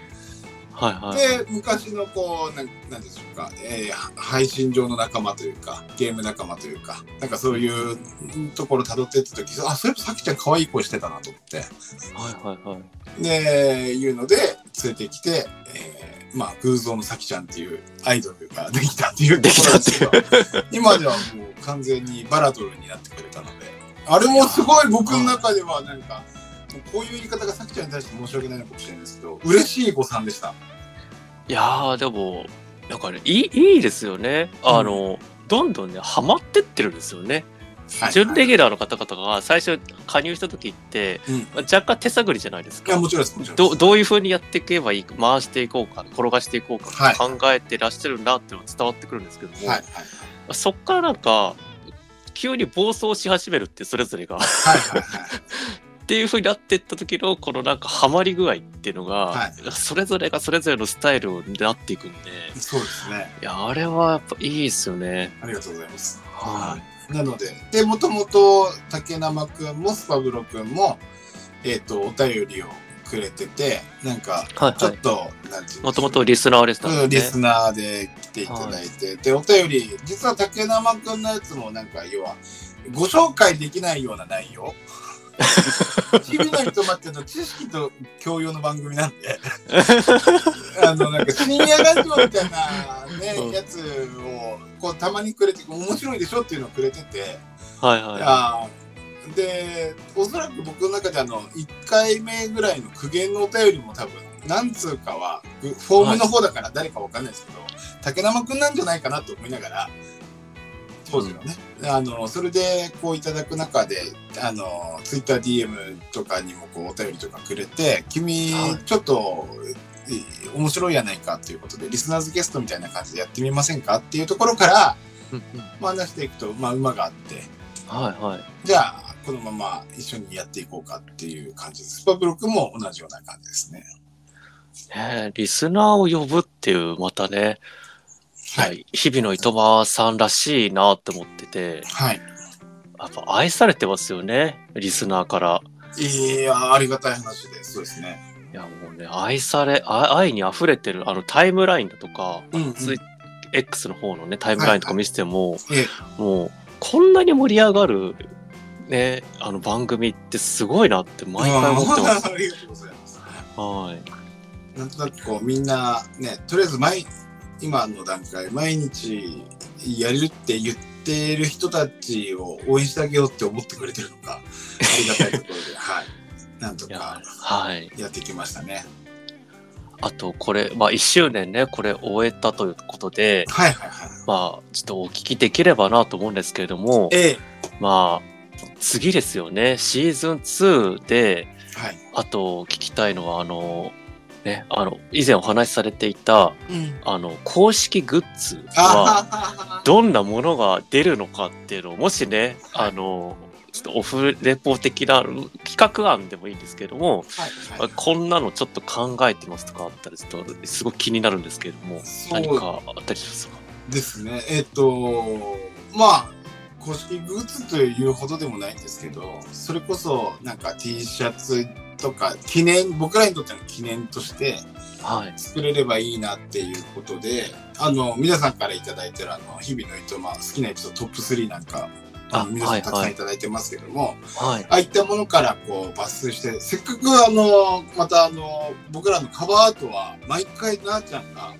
Speaker 1: はいはい。
Speaker 4: で、昔のこう、なんなんでしょうか、えー配信上の仲間というか、ゲーム仲間というか、なんかそういうところ辿ってった時、あ、それさきちゃん可愛い声してたなと思って、
Speaker 1: はいはいはい。
Speaker 4: で、いうので、連れてきて、えーまあ、偶像のさきちゃんっていうアイドルができたっていうところなんですけど、今ではもう完全にバラドルになってくれたので、あれもすごい僕の中ではなんか、こういう言い方がさきちゃんに対して申し訳ないのかもしれないですけど、嬉しい誤算でした。
Speaker 1: いやー、でも、なんかね、いいいいですよね。あの、どんどんね、ハマってってるんですよね。準レギュラーの方々が最初加入した時って、
Speaker 4: うん
Speaker 1: まあ若干手探りじゃないです
Speaker 4: い
Speaker 1: か
Speaker 4: や、。もちろんです、もちろんです
Speaker 1: どどういうふうにやっていけばいいか回していこうか転がしていこうか
Speaker 4: はい
Speaker 1: 考えてらっしゃるなっていうのが伝わってくるんですけども、
Speaker 4: はいはい
Speaker 1: そっからなんか急に暴走し始めるってそれぞ
Speaker 4: [LAUGHS]
Speaker 1: れがっ
Speaker 4: はいはいはい
Speaker 1: ていうふうになっていった時のこのなんかハマり具合っていうのが、
Speaker 4: はい
Speaker 1: それぞれがそれぞれのスタイルになっていくんで
Speaker 4: そうですね
Speaker 1: いやあれはやっぱいいですよね。
Speaker 4: ありがとうございます
Speaker 1: は
Speaker 4: なのででもともと竹生くんもスパブロくんもえっ、とお便りをくれててなんか
Speaker 1: い、はい
Speaker 4: ちょ
Speaker 1: は
Speaker 4: っ
Speaker 1: い
Speaker 4: と、なんていうんですか
Speaker 1: もともとリスナーでした
Speaker 4: うん
Speaker 1: んで
Speaker 4: リ
Speaker 1: す
Speaker 4: ス
Speaker 1: ね。
Speaker 4: ナーで来ていただいて、でお便り実は竹生くんのやつもなんか要はご紹介できないような内 [LAUGHS] 容日々の人待っての知識と教養の番組なんで [LAUGHS] あのなんか深夜ラジオみたいな、ね
Speaker 1: うん
Speaker 4: やつをこうたまにくれて面白いでしょっていうのをくれてて、
Speaker 1: はいはい。あ
Speaker 4: あーでおそらく僕の中であの1回目ぐらいの苦言のお便りも多分何通かはフォームの方だから誰かわかんないですけど、竹生くんなんじゃないかなと思いながら当時のね、あのそれでこういただく中であのツイッター DM とかにもこうお便りとかくれて君
Speaker 1: はい
Speaker 4: ちょっと、え面白いやないかということでリスナーズゲストみたいな感じでやってみませんかっていうところから、
Speaker 1: うんうん
Speaker 4: まあ、話していくと、まあ、馬があって
Speaker 1: はいはい。
Speaker 4: じゃあこのまま一緒にやっていこうかっていう感じですスパブロックも同じような感じですね。
Speaker 1: ねえリスナーを呼ぶっていう、またね、
Speaker 4: は、
Speaker 1: はいい、日々の糸間さんらしいなって思ってて、
Speaker 4: はい
Speaker 1: やっぱ愛されてますよね、リスナーから。
Speaker 4: いやありがたい話でそうですね。
Speaker 1: いやもうね、愛され、あ愛に溢れてる、あのタイムラインだとか、
Speaker 4: うんうん
Speaker 1: ツイ X の方のね、タイムラインとか見せても、
Speaker 4: え
Speaker 1: もう、こんなに盛り上がる、ね、あの番組ってすごいなって毎回思ってます。
Speaker 4: [LAUGHS] あーありがとうございます。
Speaker 1: はい。
Speaker 4: なんとなくこうみんなねとりあえず毎今の段階毎日やるって言ってる人たちを応援してあげようって思ってくれてる
Speaker 1: [LAUGHS]
Speaker 4: のかありがたいところではいなんと
Speaker 1: いや
Speaker 4: か
Speaker 1: はい。
Speaker 4: やってきましたね
Speaker 1: あと、これ、まあ、1周年ね、これ終えたということで、
Speaker 4: はいはいはい
Speaker 1: まあ、ちょっとお聞きできればなと思うんですけれども、
Speaker 4: ええ
Speaker 1: まあ、次ですよね、シーズン2で、
Speaker 4: はい
Speaker 1: あと聞きたいのは、あの、ね、あの、以前お話しされていた、
Speaker 4: うん
Speaker 1: あの、公式グッズは、
Speaker 4: あ
Speaker 1: どんなものが出るのかっていうのを、もしね、あの、ちょっとオフレポ的な企画案でもいいんですけれども、
Speaker 4: ーはいはい
Speaker 1: こんなのちょっと考えてますとかあったら、ちょっとすごく気になるんですけれども、
Speaker 4: そう
Speaker 1: 何かあったりしますか
Speaker 4: ですねえっ、とまあ公式グッズというほどでもないんですけどそれこそなんか T シャツとか記念僕らにとっての記念として
Speaker 1: はい。
Speaker 4: 作れればいいなっていうことであの皆さんから頂いてるあの日々の糸まあ好きなエピソードトップ3なんかあの
Speaker 1: あ
Speaker 4: 皆さ
Speaker 1: は
Speaker 4: ん
Speaker 1: い
Speaker 4: たくさ
Speaker 1: は
Speaker 4: ん
Speaker 1: い。
Speaker 4: 頂いてますけども、
Speaker 1: はい。
Speaker 4: ああいったものからこう抜粋してせっかくあのまたあの僕らのカバーアートは毎回なあちゃんが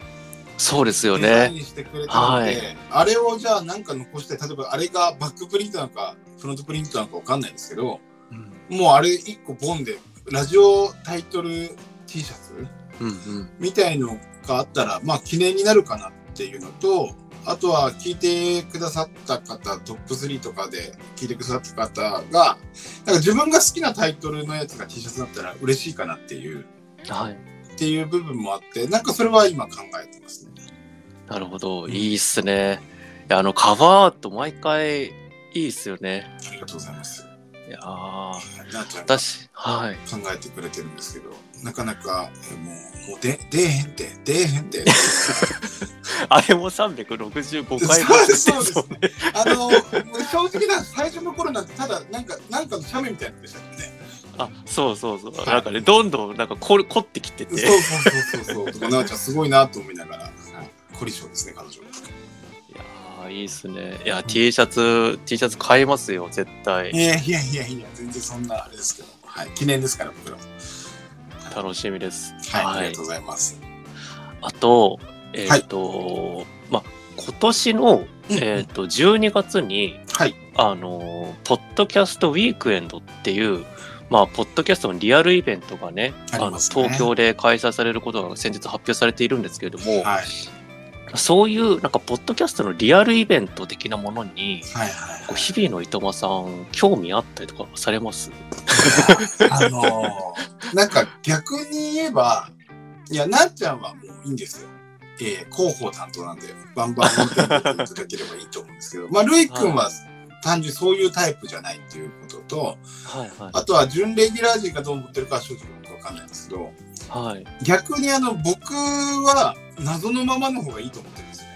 Speaker 1: そうですよ
Speaker 4: デザイ
Speaker 1: ね。
Speaker 4: ンしてくれたので、
Speaker 1: はい
Speaker 4: あれをじゃあなんか残して例えばあれがバックプリントなんかフロントプリントなんかわかんないんですけど
Speaker 1: うん
Speaker 4: もうあれ一個ボンでラジオタイトル T シャツ
Speaker 1: うんうん。
Speaker 4: みたいのがあったら、まあ、記念になるかなっていうのと、あとは聞いてくださった方、トップ3とかで聞いてくださった方が、なんか自分が好きなタイトルのやつが T シャツだったら嬉しいかなっていう、
Speaker 1: はい。
Speaker 4: っていう部分もあって、なんかそれは今考えてますね。
Speaker 1: なるほ
Speaker 4: う
Speaker 1: ど、
Speaker 4: ん
Speaker 1: いいっすね。いや、あの、カバーアート、毎回、いいっすよね。
Speaker 4: ありがとうございます。
Speaker 1: いやー
Speaker 4: なあちゃんが
Speaker 1: 私、はい。
Speaker 4: 考えてくれてるんですけど、なかなか、えもう、もうで、出えへんて、出えへん [LAUGHS] て。
Speaker 1: あれも365回
Speaker 4: そうです
Speaker 1: して
Speaker 4: そう
Speaker 1: ね。
Speaker 4: あの、正直な最初の頃なんて、ただ、なんか、なんかの写メみたいなのでしたよね。
Speaker 1: あ、そうそうそう。
Speaker 4: はい
Speaker 1: なんかね、どんどん、なんか凝る、凝ってきて
Speaker 4: そう
Speaker 1: て。
Speaker 4: そうそうそうそう。とか、なあちゃんすごいなと思いながら、凝り性ですね、彼女。
Speaker 1: いやーいいっすね。いや、T シャツ、T シャツ買いますよ、絶対。
Speaker 4: いやいやいやいや、全然そんなあれですけど、はい、記念ですから、僕らも。
Speaker 1: 楽しみです。
Speaker 4: はい、ありがとうございます。
Speaker 1: あと、えっ、と、まあ、今年の、えっ、と、12月に、
Speaker 4: はい、
Speaker 1: あの、ポッドキャストウィークエンドっていう、まあ、ポッドキャストのリアルイベントがね、
Speaker 4: あり
Speaker 1: の、
Speaker 4: ますね
Speaker 1: 東京で開催されることが先日発表されているんですけれども、
Speaker 4: はい、
Speaker 1: そういう、なんか、ポッドキャストのリアルイベント的なものに、
Speaker 4: はい、はい
Speaker 1: こう日々の糸間さん、興味あったりとかされます
Speaker 4: はい。あのー、なんか逆に言えば、いや、なっちゃんはもういいんですよ。えー、広報担当なんで、バンバン持っていただければいいと思うんですけど、まあ、るいくんは単純にそういうタイプじゃないっていうことと、
Speaker 1: はいはい。
Speaker 4: あとは準レギュラー陣がどう思ってるかは正直僕わかんないんですけど、
Speaker 1: はい。
Speaker 4: 逆にあの僕は謎のままの方がいいと思ってるんですよね。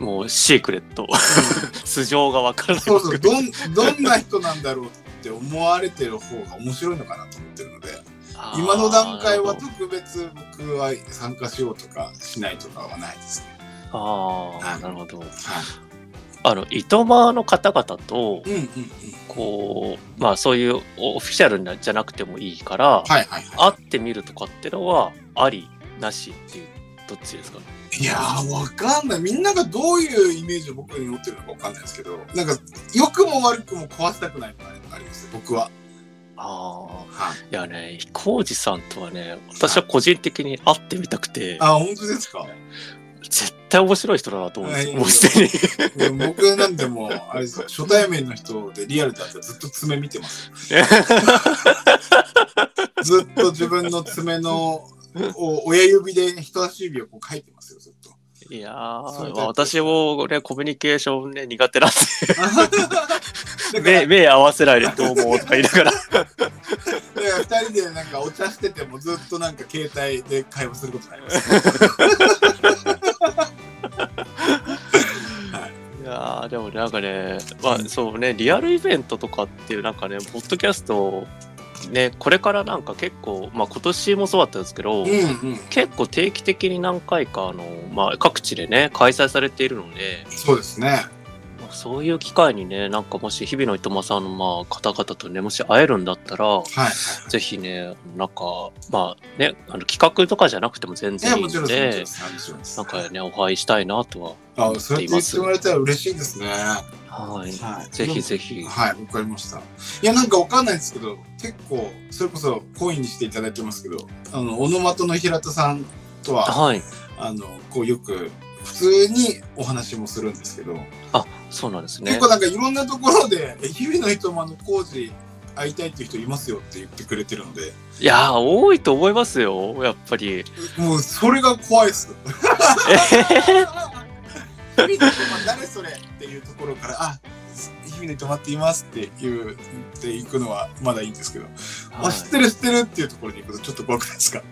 Speaker 1: もう、シークレット。 [LAUGHS] 素性がわからない。
Speaker 4: そうそうどんどんな人なんだろうって思われてる方が面白いのかなと思ってるので
Speaker 1: あー
Speaker 4: 今の段階は特別僕は参加しようとかしないとかはないですね。
Speaker 1: ああ、なるほど。
Speaker 4: はい、
Speaker 1: あの、糸間の方々と、
Speaker 4: うんうんうん。
Speaker 1: こう、まあそういうオフィシャルなじゃなくてもいいから、
Speaker 4: はいはいは
Speaker 1: 会ってみるとかってのは、あり、なしっていう、どっちですかね。
Speaker 4: い。いやーわかんないみんながどういうイメージを僕に持ってるのかわかんないですけどなんか良くも悪くも壊したくないのがあります僕は。
Speaker 1: ああ、
Speaker 4: はい、
Speaker 1: いやね、飛行士さんとはね、私は個人的に会ってみたくて、
Speaker 4: あ本当ですか
Speaker 1: 絶対面白い人だなと思うんです
Speaker 4: は
Speaker 1: よ。
Speaker 4: い
Speaker 1: もうす
Speaker 4: [LAUGHS]
Speaker 1: でに。
Speaker 4: でも僕なんでもう、あれですよ初対面の人でリアルだったらずっと爪見てます。ずっと自分の爪のを親指で人差し指をこう書いてますよ、 [LAUGHS] ずっと。
Speaker 1: いや
Speaker 4: そうい
Speaker 1: ー、
Speaker 4: うタイプ
Speaker 1: 私もね、コミュニケーションね、苦手なん
Speaker 4: だか
Speaker 1: で、
Speaker 4: ら、
Speaker 1: 目、目合わせないでどうもとか言いながら。
Speaker 4: だから二人でなんかお茶しててもずっとなんか携帯で会話することになります。
Speaker 1: いやー、でもなんかね、まあそうね、リアルイベントとかっていうなんかね、ポッドキャスト、ね、これからなんか結構、まあ今年もそうだったんですけど、
Speaker 4: うんうん。
Speaker 1: 結構定期的に何回かあの、まあ、各地でね開催されているので
Speaker 4: そうですね。
Speaker 1: そういう機会にねなんかもし日々のいとまさんの、まあ、方々とねもし会えるんだったら
Speaker 4: はい。
Speaker 1: ぜひねなんかまあねあの企画とかじゃなくても全
Speaker 4: いや、
Speaker 1: 然いい
Speaker 4: もちろ
Speaker 1: の
Speaker 4: んです。もちろ
Speaker 1: で
Speaker 4: んですもちろんです
Speaker 1: なんかねお会いしたいなとは
Speaker 4: あそうやって言ってもらえたら嬉しいですね。
Speaker 1: はい
Speaker 4: はい
Speaker 1: ぜひぜひ
Speaker 4: はい、わかりました。いや、なんかわかんないですけど、結構、それこそ懇意にしていただいてますけど、あの、オノマトの平田さんとは、
Speaker 1: はい
Speaker 4: あの、こうよく、普通にお話もするんですけど、
Speaker 1: そうなんですね
Speaker 4: 結構なんかいろんなところで、え日々の人もあの、工事会いたいっていう人いますよって言ってくれてるので、
Speaker 1: いやー多いと思いますよやっぱり
Speaker 4: もうそれが怖いです。日々の人は [LAUGHS] 誰それっていうところから、あ、日々の人待っていますって言うっていくのはまだいいんですけど、あ知ってる知ってるっていうところに行くとちょっと怖くないですか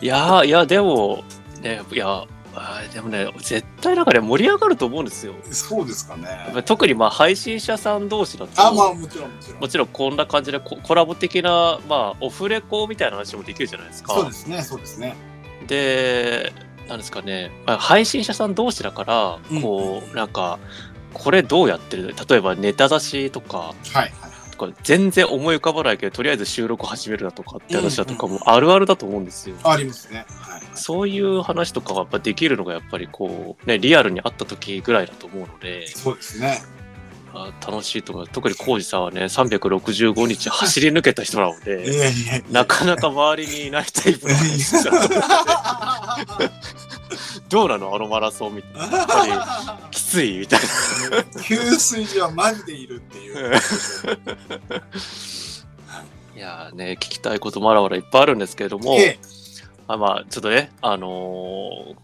Speaker 1: いやーいやでもねいやあーでもね絶対なんかね盛り上がると思うんですよ
Speaker 4: そうですかね
Speaker 1: やっぱり特にまあ配信者さん同士だと
Speaker 4: あまあもちろんもちろん
Speaker 1: もちろんこんな感じでココラボ的な、まあ、オフレコみたいな話もできるじゃないですか
Speaker 4: そうですねそうですね
Speaker 1: でなんですかね、まあ、配信者さん同士だから
Speaker 4: うん
Speaker 1: こう、なんかこれどうやってる例えばネタ出しとか
Speaker 4: はいはいはい
Speaker 1: とか全然思い浮かばないけどとりあえず収録始めるだとかって話だとかもあるあるだと思うんですよ。
Speaker 4: ありますねはい
Speaker 1: そういう話とかはやっぱできるのがやっぱりこうねリアルに会った時ぐらいだと思うので
Speaker 4: そうですね
Speaker 1: あ楽しいとか特に浩二さんはね365日走り抜けた人なの
Speaker 4: いや
Speaker 1: で
Speaker 4: いやいや
Speaker 1: なかなか周りにいないタイプなんですよ
Speaker 4: [LAUGHS]
Speaker 1: どうなのあのマラソンみたいなやっ
Speaker 4: [LAUGHS]
Speaker 1: ぱりきついみたい
Speaker 4: 給水所はマジでいる [LAUGHS] っていう
Speaker 1: ないやーね聞きたいことまだまだいっぱいあるんですけれども、
Speaker 4: ええ
Speaker 1: あまあちょっとねあのー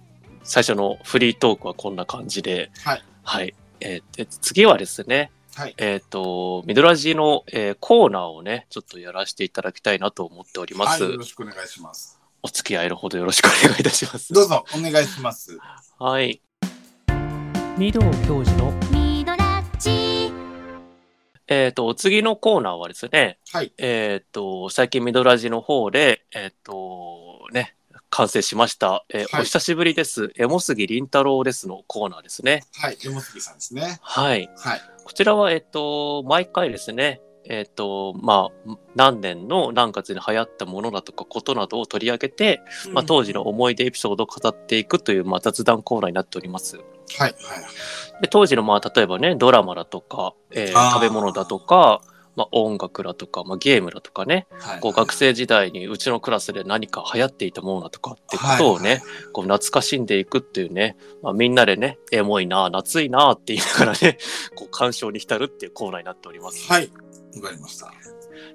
Speaker 1: 最初のフリートークはこんな感じで
Speaker 4: はい
Speaker 1: はい、えーで次はですね
Speaker 4: はい
Speaker 1: えっ、と、ミドラジの、えーコーナーをね、ちょっとやらせていただきたいなと思っておりま
Speaker 4: はい
Speaker 1: す。
Speaker 4: よろしくお願いします
Speaker 1: お付き合いのほどよろしくお願いいたします。
Speaker 4: どうぞお願いします
Speaker 1: はい。
Speaker 2: 御堂教授の
Speaker 3: ミドラジ
Speaker 1: えっ、と、お次のコーナーはですね、
Speaker 4: はい
Speaker 1: えっ、と、最近ミドラジの方で、えっ、と、ね、完成しました。えー
Speaker 4: はい
Speaker 1: お久しぶりです。エモ杉林太郎ですのコーナーですね。
Speaker 4: はい山杉さんですね
Speaker 1: はい。
Speaker 4: はい
Speaker 1: こちらは、えっと、毎回ですね、えっと、まあ、何年の何月に流行ったものだとかことなどを取り上げて、まあ、当時の思い出エピソードを語っていくという、まあ、雑談コーナーになっております。
Speaker 4: はいはい
Speaker 1: で当時の、まあ、例えばねドラマだとか、えー
Speaker 4: あー
Speaker 1: 食べ物だとか、まあ、音楽だとか、まあ、ゲームだとかね
Speaker 4: はい
Speaker 1: こう学生時代にうちのクラスで何か流行っていたものだとかってことをね、
Speaker 4: はい
Speaker 1: こう懐かしんでいくっていうね、まあ、みんなでねエモいな夏いなって言いながらね [LAUGHS] こう鑑賞に浸るっていうコーナーになっております。
Speaker 4: はいわかりました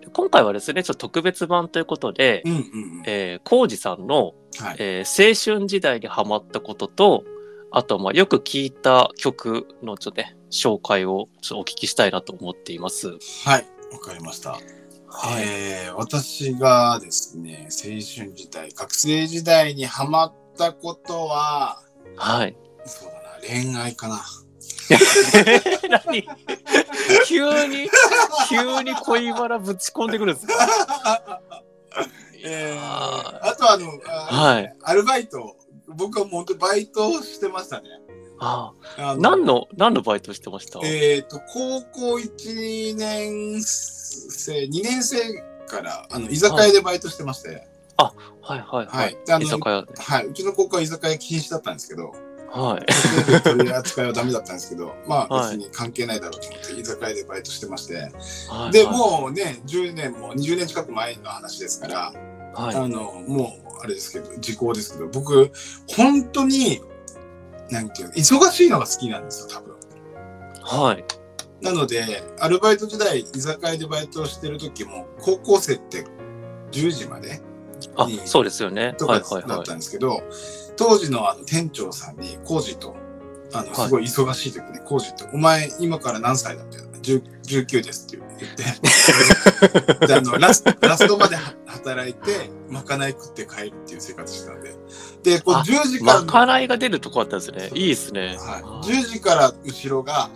Speaker 1: で今回はですねちょっと特別版ということで、
Speaker 4: うんうんうん
Speaker 1: えー、浩二さんの
Speaker 4: はい
Speaker 1: えー青春時代にハマったこととあとはまあよく聴いた曲のちょっとね紹介をちょっとお聞きしたいなと思っています。
Speaker 4: はいわかりました
Speaker 1: はい、
Speaker 4: えー私がですね、青春時代、学生時代にハマったことは、
Speaker 1: はい、
Speaker 4: [LAUGHS] そうだな、恋愛かな。 [LAUGHS]
Speaker 1: 何急に急に恋バラぶち込んでくるん
Speaker 4: [LAUGHS]
Speaker 1: ですか
Speaker 4: えー
Speaker 1: は
Speaker 4: あとはあの、あ
Speaker 1: い
Speaker 4: アルバイト、僕はもう本当バイトをしてましたね。
Speaker 1: あ
Speaker 4: あの
Speaker 1: 何の何のバイトしてました、
Speaker 4: えっ、と、高校1年生、2年生から、あの、居酒屋でバイトしてまして、
Speaker 1: はいはいは
Speaker 4: はい
Speaker 1: い、。
Speaker 4: であの
Speaker 1: 居酒屋で
Speaker 4: はい、うちの高校は居酒屋禁止だったんですけど、
Speaker 1: はい
Speaker 4: 取り扱いはダメだったんですけど、まあ
Speaker 1: はい
Speaker 4: 別に関係ないだろうと思って居酒屋でバイトしてまして、
Speaker 1: はい
Speaker 4: で、もうね、10年も20年近く前の話ですから、
Speaker 1: はい
Speaker 4: あの、もうあれですけど、時効ですけど、僕、本当になんていうの忙しいのが好きなんですよ多分
Speaker 1: はい。
Speaker 4: なのでアルバイト時代居酒屋でバイトをしてる時も高校生って10時まで
Speaker 1: あ
Speaker 4: いい、
Speaker 1: そうですよね。
Speaker 4: と
Speaker 1: は
Speaker 4: か
Speaker 1: いはい
Speaker 4: だ
Speaker 1: は
Speaker 4: ったんですけど、当時のあの店長さんに工事とあの
Speaker 1: い
Speaker 4: すごい忙しい時に工事と「お前今から何歳だ?」って言うの10 19です」って言っ
Speaker 1: [LAUGHS]
Speaker 4: てであのラスラストまでは働いてまかない食って帰るっていう生活してたんででこう
Speaker 1: あ
Speaker 4: 10時
Speaker 1: い。
Speaker 4: から
Speaker 1: ま
Speaker 4: の
Speaker 1: かないが出るとこあったんですね。いいですね。
Speaker 4: はい、10時から後ろが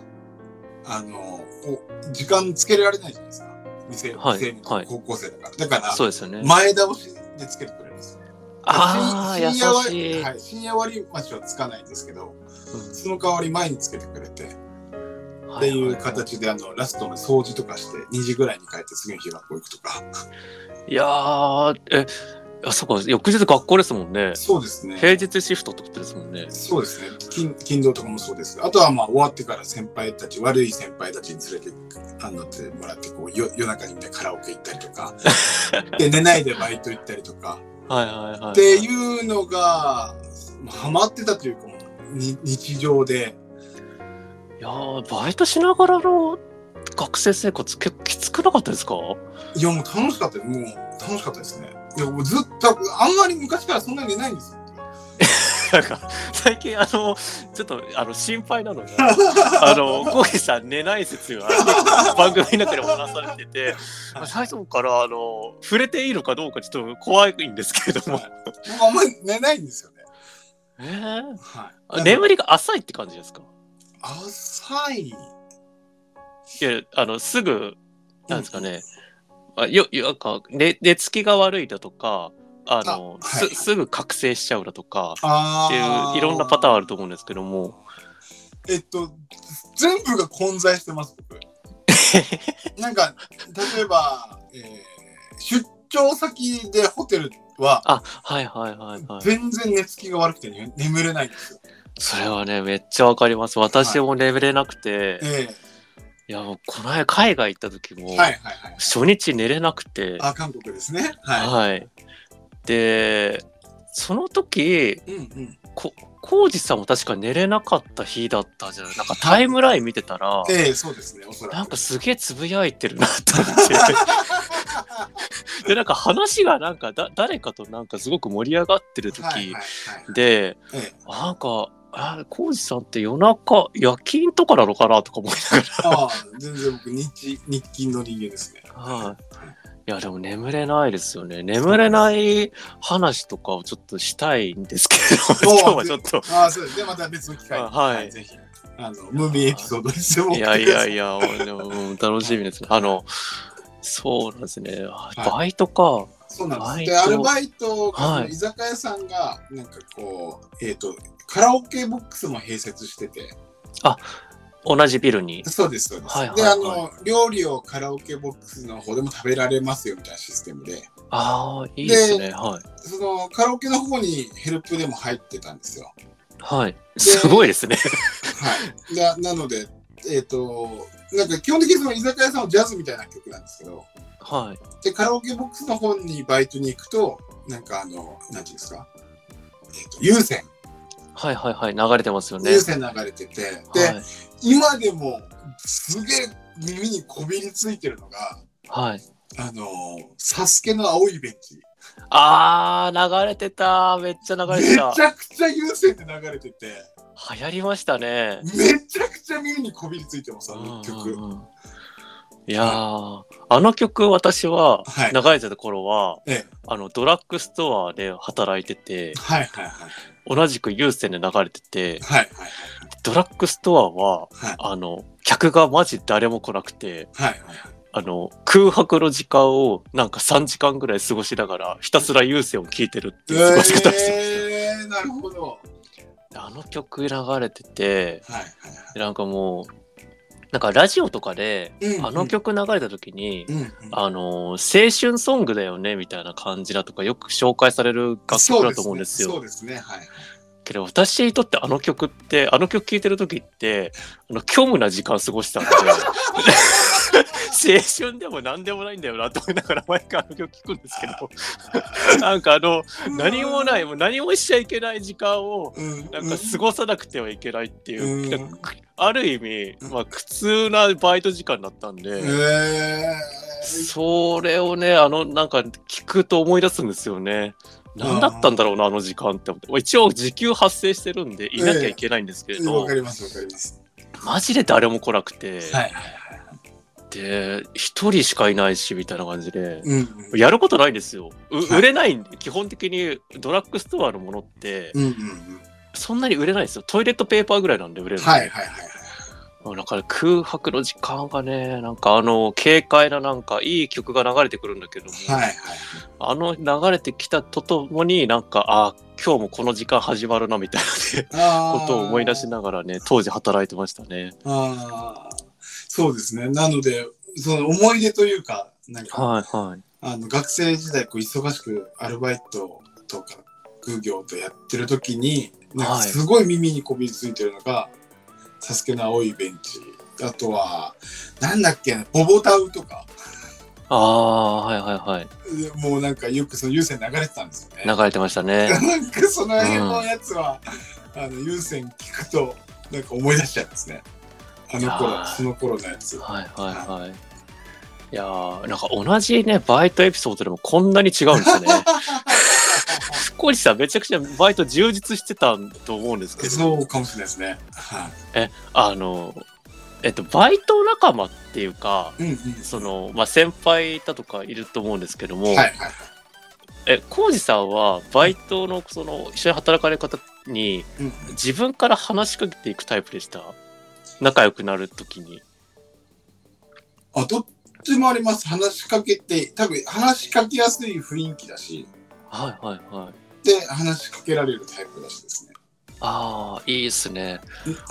Speaker 4: あのこう時間つけられないじゃないですか店,、
Speaker 1: はい
Speaker 4: 店に
Speaker 1: はい
Speaker 4: 高校生だからだから
Speaker 1: そうですよね。
Speaker 4: 前倒しでつけてくれるんですよ
Speaker 1: ああ、
Speaker 4: 深
Speaker 1: 優
Speaker 4: 深夜割
Speaker 1: しい。
Speaker 4: はい、深夜割り町はつかないんですけど、
Speaker 1: うん
Speaker 4: その代わり前につけてくれて、っ
Speaker 1: は
Speaker 4: て
Speaker 1: い
Speaker 4: い
Speaker 1: は
Speaker 4: う形であのラストの掃除とかして2時ぐらいに帰ってすぐに平子行くとか
Speaker 1: いやー、え、あ、そっか、翌日学校ですもんね。
Speaker 4: そうですね
Speaker 1: 平日シフトってことですもんね。
Speaker 4: そうですね勤勤労とかもそうですあとはまあ終わってから先輩たち悪い先輩たちに連れてあのってもらってこうよ夜中にみんなカラオケ行ったりと
Speaker 1: [LAUGHS]
Speaker 4: かで寝ないでバイト行ったりとか
Speaker 1: はいはいはい。
Speaker 4: っていうのがまあハマってたというかもうに日常で
Speaker 1: いやーバイトしながらの学生生活結構きつくなかったですか
Speaker 4: いやもう楽しかったよもう楽しかったですねいやもうずっとあんまり昔からそんなに寝ないんですよ
Speaker 1: なんか最近あのちょっとあの心配 [LAUGHS] なのがあのゴリさん寝ない説が [LAUGHS] 番組の中でお話されてて
Speaker 4: はい
Speaker 1: 最初からあの触れていいのかどうかちょっと怖いんですけれども
Speaker 4: は、僕あんまり寝ないんですよね。
Speaker 1: えー
Speaker 4: はい
Speaker 1: あ、眠りが浅いって感じですか
Speaker 4: 浅い。
Speaker 1: いやあのすぐなんですかね、あよよなんか寝寝つきが悪いだとかあの
Speaker 4: あはい
Speaker 1: すすぐ覚醒しちゃうだとか
Speaker 4: あ
Speaker 1: って
Speaker 4: あ
Speaker 1: いういろんなパターンあると
Speaker 4: 思
Speaker 1: 思うんですけども
Speaker 4: う。えっと、全部が混在してます、
Speaker 1: [LAUGHS]
Speaker 4: 僕。なんか、例えば、えー出張先でホテルは、
Speaker 1: あはいはいはいはい
Speaker 4: 全然寝つきが悪くてね眠れないんですよ。
Speaker 1: それはねめっちゃわかります私も眠れなくて、い、
Speaker 4: え
Speaker 1: やもうこの間海外行った時も、
Speaker 4: えはいはいはい。
Speaker 1: 初日寝れなくて
Speaker 4: あ、韓国ですね。は
Speaker 1: はい、でその時
Speaker 4: い。うんうん。
Speaker 1: こ浩二さんも確か寝れなかった日だったじゃないなんかタイムライン見てたら
Speaker 4: ええそうですね、おそ
Speaker 1: な
Speaker 4: ら
Speaker 1: ん
Speaker 4: く。
Speaker 1: かすげえつぶやいてるなと思
Speaker 4: [LAUGHS]
Speaker 1: って。で、なんか話がなんかだ誰かとなんかすごく盛り上がってる時
Speaker 4: はいはいはい。
Speaker 1: で、
Speaker 4: ええ
Speaker 1: あなんか、あ、コウジさんって夜中夜勤とかなのかなとか思いなが
Speaker 4: ああ、全然僕、日、日勤の人間ですね。
Speaker 1: ら。はいいやでも眠れないですよね。眠れない話とかをちょっとしたいんですけれども、今日はちょっと。
Speaker 4: ああ、そうですね。また別の機会に。
Speaker 1: はい
Speaker 4: ぜひ。あの、ムーミンエピソードにしても。
Speaker 1: いやいやいや、でもうん楽しみですね。あの、そうなんですね。あ
Speaker 4: はい
Speaker 1: バイトか。
Speaker 4: そうなんです。
Speaker 1: バイ
Speaker 4: で、
Speaker 1: ト
Speaker 4: アルバイトが、
Speaker 1: はい
Speaker 4: その居酒屋さんが、なんかこう、えっ、と、カラオケボックスも併設してて、
Speaker 1: 同じビルに。
Speaker 4: そうです、そうです。
Speaker 1: はいはい
Speaker 4: で、あ
Speaker 1: は
Speaker 4: の、料理をカラオケボックスの方でも食べられますよみたいなシステムで、
Speaker 1: ああ、いいですね。はい。
Speaker 4: その、カラオケの方にヘルプでも入ってたんですよ。
Speaker 1: はい。すごいですね。 [LAUGHS]
Speaker 4: はい。ななので、えっ、と、なんか基本的にその居酒屋さんはジャズみたいな曲なんですけど、
Speaker 1: はい。
Speaker 4: でカラオケボックスの方にバイトに行くとなんかあの何ていうんですか、えっと有線
Speaker 1: はいはいはい。流れてますよね
Speaker 4: 有。線流れてて、で、
Speaker 1: はい。
Speaker 4: 今でもすげえ耳にこびりついてるのが
Speaker 1: はい。
Speaker 4: あのサスケの青いベンチ
Speaker 1: あー、流れてた。めっちゃ流れ
Speaker 4: め
Speaker 1: て
Speaker 4: ち
Speaker 1: た。
Speaker 4: ゃくちゃ有線で流れてて
Speaker 1: 流行りましたね。
Speaker 4: めちゃくちゃ耳にこびりついてますあの
Speaker 1: う
Speaker 4: 曲
Speaker 1: んうんうんいやーあの曲私は
Speaker 4: はい
Speaker 1: 流れてた頃は、
Speaker 4: ええ
Speaker 1: あのドラッグストアで働いてて
Speaker 4: はいはいはい
Speaker 1: 同じく有線で流れてて
Speaker 4: はいはい
Speaker 1: ドラッグストアは
Speaker 4: はい
Speaker 1: あの客がマジ誰も来なくて
Speaker 4: はいはいはい
Speaker 1: あの空白の時間をなんか3時間ぐらい過ごしながらひたすら有線を聴いてるっていう過ごし方をしてました、
Speaker 4: えー、なるほど
Speaker 1: あの曲流れてて
Speaker 4: はいはい
Speaker 1: なんかもうなんかラジオとかで
Speaker 4: はい、うん
Speaker 1: あの、曲流れた時に、
Speaker 4: うんうん、
Speaker 1: あのー青春ソングだよねみたいな感じだとかよく紹介される楽曲だと思うんですよ。
Speaker 4: そうですね。そうですねはい。
Speaker 1: けど私にとってあの曲ってあの曲聴いてる時ってあの虚無な時間過ごしたんで
Speaker 4: [LAUGHS]
Speaker 1: 青春でも何でもないんだよなと思いながら毎回あの曲聴くんですけどなんかあの何もないもう何もしちゃいけない時間を
Speaker 4: うん
Speaker 1: なんか過ごさなくてはいけないっていう、
Speaker 4: うん
Speaker 1: なんかある意味、
Speaker 4: うん
Speaker 1: まあ、苦痛なバイト時間だったんで、
Speaker 4: うんえ
Speaker 1: それをねあのなんか聞くと思い出すんですよね。何だったんだろうなあの時間って思って一応時給発生してるんでいなきゃいけないんですけれ
Speaker 4: ー、わ
Speaker 1: ど、
Speaker 4: かりますわかります。
Speaker 1: マジで誰も来なくて、
Speaker 4: はい。
Speaker 1: で一人しかいないしみたいな感じで。
Speaker 4: うん。
Speaker 1: やることないんですよ。う
Speaker 4: はい
Speaker 1: 売れないんで、基本的にドラッグストアのものって、
Speaker 4: うんうんうん。
Speaker 1: そんなに売れないですよ。トイレットペーパーぐらいなんで売れるの。
Speaker 4: はいはいはいはい。
Speaker 1: だから空白の時間がね、なんかあの、軽快ななんかいい曲が流れてくるんだけども、
Speaker 4: はいはい。
Speaker 1: あの流れてきたとともになんか、あ今日もこの時間始まるなみたいなね
Speaker 4: あー
Speaker 1: ことを思い出しながらね、当時働いてましたね。
Speaker 4: あーそうですね。なので、その思い出というか、なんか、
Speaker 1: はいはい。
Speaker 4: あの学生時代こう忙しくアルバイトとか副業とやってる時になんか
Speaker 1: はい
Speaker 4: すごい耳にこびりついてるのが「サスケの青いベンチ」あとはなんだっけなボボタウとか
Speaker 1: ああ、はいはいはい。
Speaker 4: でもうなんかよくその優先流れてたんですよね。
Speaker 1: 流れてましたね。
Speaker 4: [LAUGHS] なんかその辺のやつは、あの優先聞くとなんか思い出しちゃうんですね。あの
Speaker 1: いや
Speaker 4: 頃
Speaker 1: ー
Speaker 4: その頃のやつ。
Speaker 1: はいはいはい。いやーなんか同じね、バイトエピソードでもこんなに違うんですね。福コさんめちゃくちゃバイト充実してたと思うんですけど、
Speaker 4: そうかもしれないですね。は
Speaker 1: あの、えっと、バイト仲間っていうか、
Speaker 4: い。うんうん。
Speaker 1: その、まあ、先輩だとかいると思うんですけども、
Speaker 4: はいはい。
Speaker 1: え、コウジさんはバイトの、その、一緒に働かれる方に、
Speaker 4: うんうん
Speaker 1: 自分から話しかけていくタイプでした仲良くなるときに。
Speaker 4: あ、どっちもあります。話しかけて、多分話しかけやすい雰囲気だし、
Speaker 1: はいはいはい。
Speaker 4: で、話しかけられるタイプだしですね。
Speaker 1: ああ、いいですね。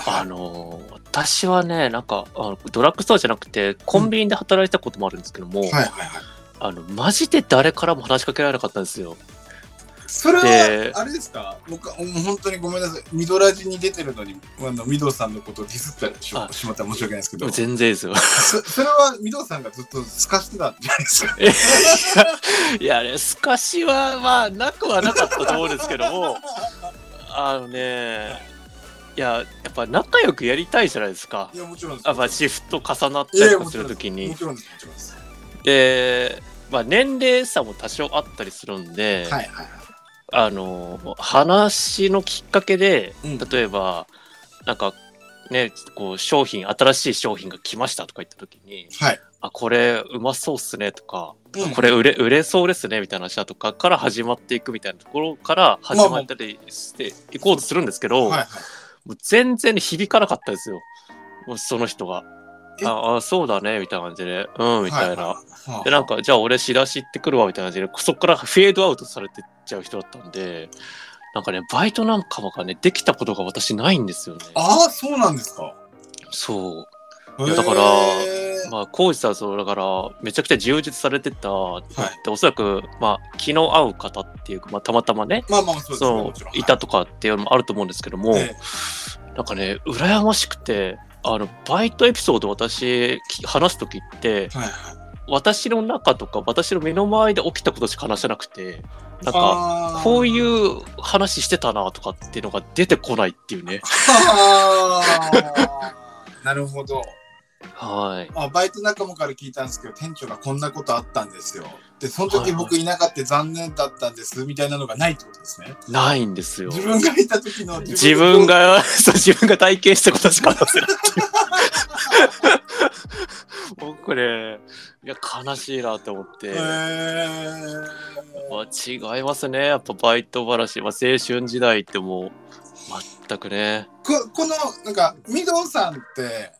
Speaker 1: あ
Speaker 4: はい。
Speaker 1: のー私はね、なんかあの、ドラッグストアじゃなくて、コンビニで働いてたこともあるんですけども、
Speaker 4: はいはいはい。
Speaker 1: あの、マジで誰からも話しかけられなかったんですよ。
Speaker 4: それ
Speaker 1: で
Speaker 4: は、あれですか僕は、もう本当にごめんなさい。ミドラジに出てるのに、あの、ミドさんのことをディスったりし
Speaker 1: あ
Speaker 4: しまったら申し訳ないですけど、
Speaker 1: 全然ですよ。 [LAUGHS]
Speaker 4: そそれはミドさんがずっと透かしてたんじゃないですか。
Speaker 1: いや、ね、すかしは、まあ、なくはなかったと思うんですけど
Speaker 4: [LAUGHS]
Speaker 1: も、あのね、いや、やっぱ仲良くやりたいじゃないですか
Speaker 4: [LAUGHS] い。や、もちろんです。
Speaker 1: あまあ、シフト重なっ
Speaker 4: いや
Speaker 1: たり
Speaker 4: いや
Speaker 1: と
Speaker 4: も
Speaker 1: か
Speaker 4: ち
Speaker 1: す
Speaker 4: ろ
Speaker 1: る
Speaker 4: ん
Speaker 1: と
Speaker 4: です
Speaker 1: き
Speaker 4: も
Speaker 1: に。
Speaker 4: ちろんです、もちろんです。は
Speaker 1: で、まあ、年齢差も多少あったりするんで、
Speaker 4: いはい。
Speaker 1: あの話のきっかけで、
Speaker 4: うん
Speaker 1: 例えばなんかねこう商品新しい商品が来ましたとか言った時に
Speaker 4: はい。
Speaker 1: 「あこれうまそうっすね」とか
Speaker 4: うん
Speaker 1: 「これ売れ売れそうですね」みたいな話だとかから始まっていくみたいなところから始まったりしていこうとするんですけど、
Speaker 4: はいはい。
Speaker 1: もう全然響かなかったですよもうその人が。
Speaker 4: え
Speaker 1: ああそうだねみたいな感じでうんみたいな。
Speaker 4: はあ
Speaker 1: でなんかじゃあ俺仕出し行ってくるわみたいな感じでそこからフェードアウトされてっちゃう人だったんでなんかねバイトなんかがねできたことが私ないんですよね
Speaker 4: ああ、そうなんですか。
Speaker 1: そ
Speaker 4: い
Speaker 1: やだからうまあ浩二さんそうだからめちゃくちゃ充実されてたでおそらくまあ気の合う方っていうか、まあ、たまたまね
Speaker 4: まあまあ、そうですね
Speaker 1: そ
Speaker 4: もちろん
Speaker 1: ういたとかっていうのもあると思うんですけども、
Speaker 4: え
Speaker 1: なんかね羨ましくてあのバイトエピソード私き話す時って
Speaker 4: はいはい
Speaker 1: 私の中とか私の目の前で起きたことしか話せなくてなんか
Speaker 4: あー
Speaker 1: こういう話してたなとかっていうのが出てこないっていうね。
Speaker 4: あーなるほど
Speaker 1: はい。
Speaker 4: あバイト仲間から聞いたんですけど店長がこんなことあったんですよでその
Speaker 1: はい
Speaker 4: 時
Speaker 1: はい
Speaker 4: 僕いなかった残念だったんですみたいなのがないってことですね
Speaker 1: ないんですよ。
Speaker 4: 自分がいた時の
Speaker 1: 自分が、そう、自分が体験したことしか話せないっていう。僕ね、いや、悲しいなと思って。
Speaker 4: えー
Speaker 1: まあ、違いますね。やっぱバイト話。まあ、青春時代ってもう、全くね。
Speaker 4: ここのなんかミドさんって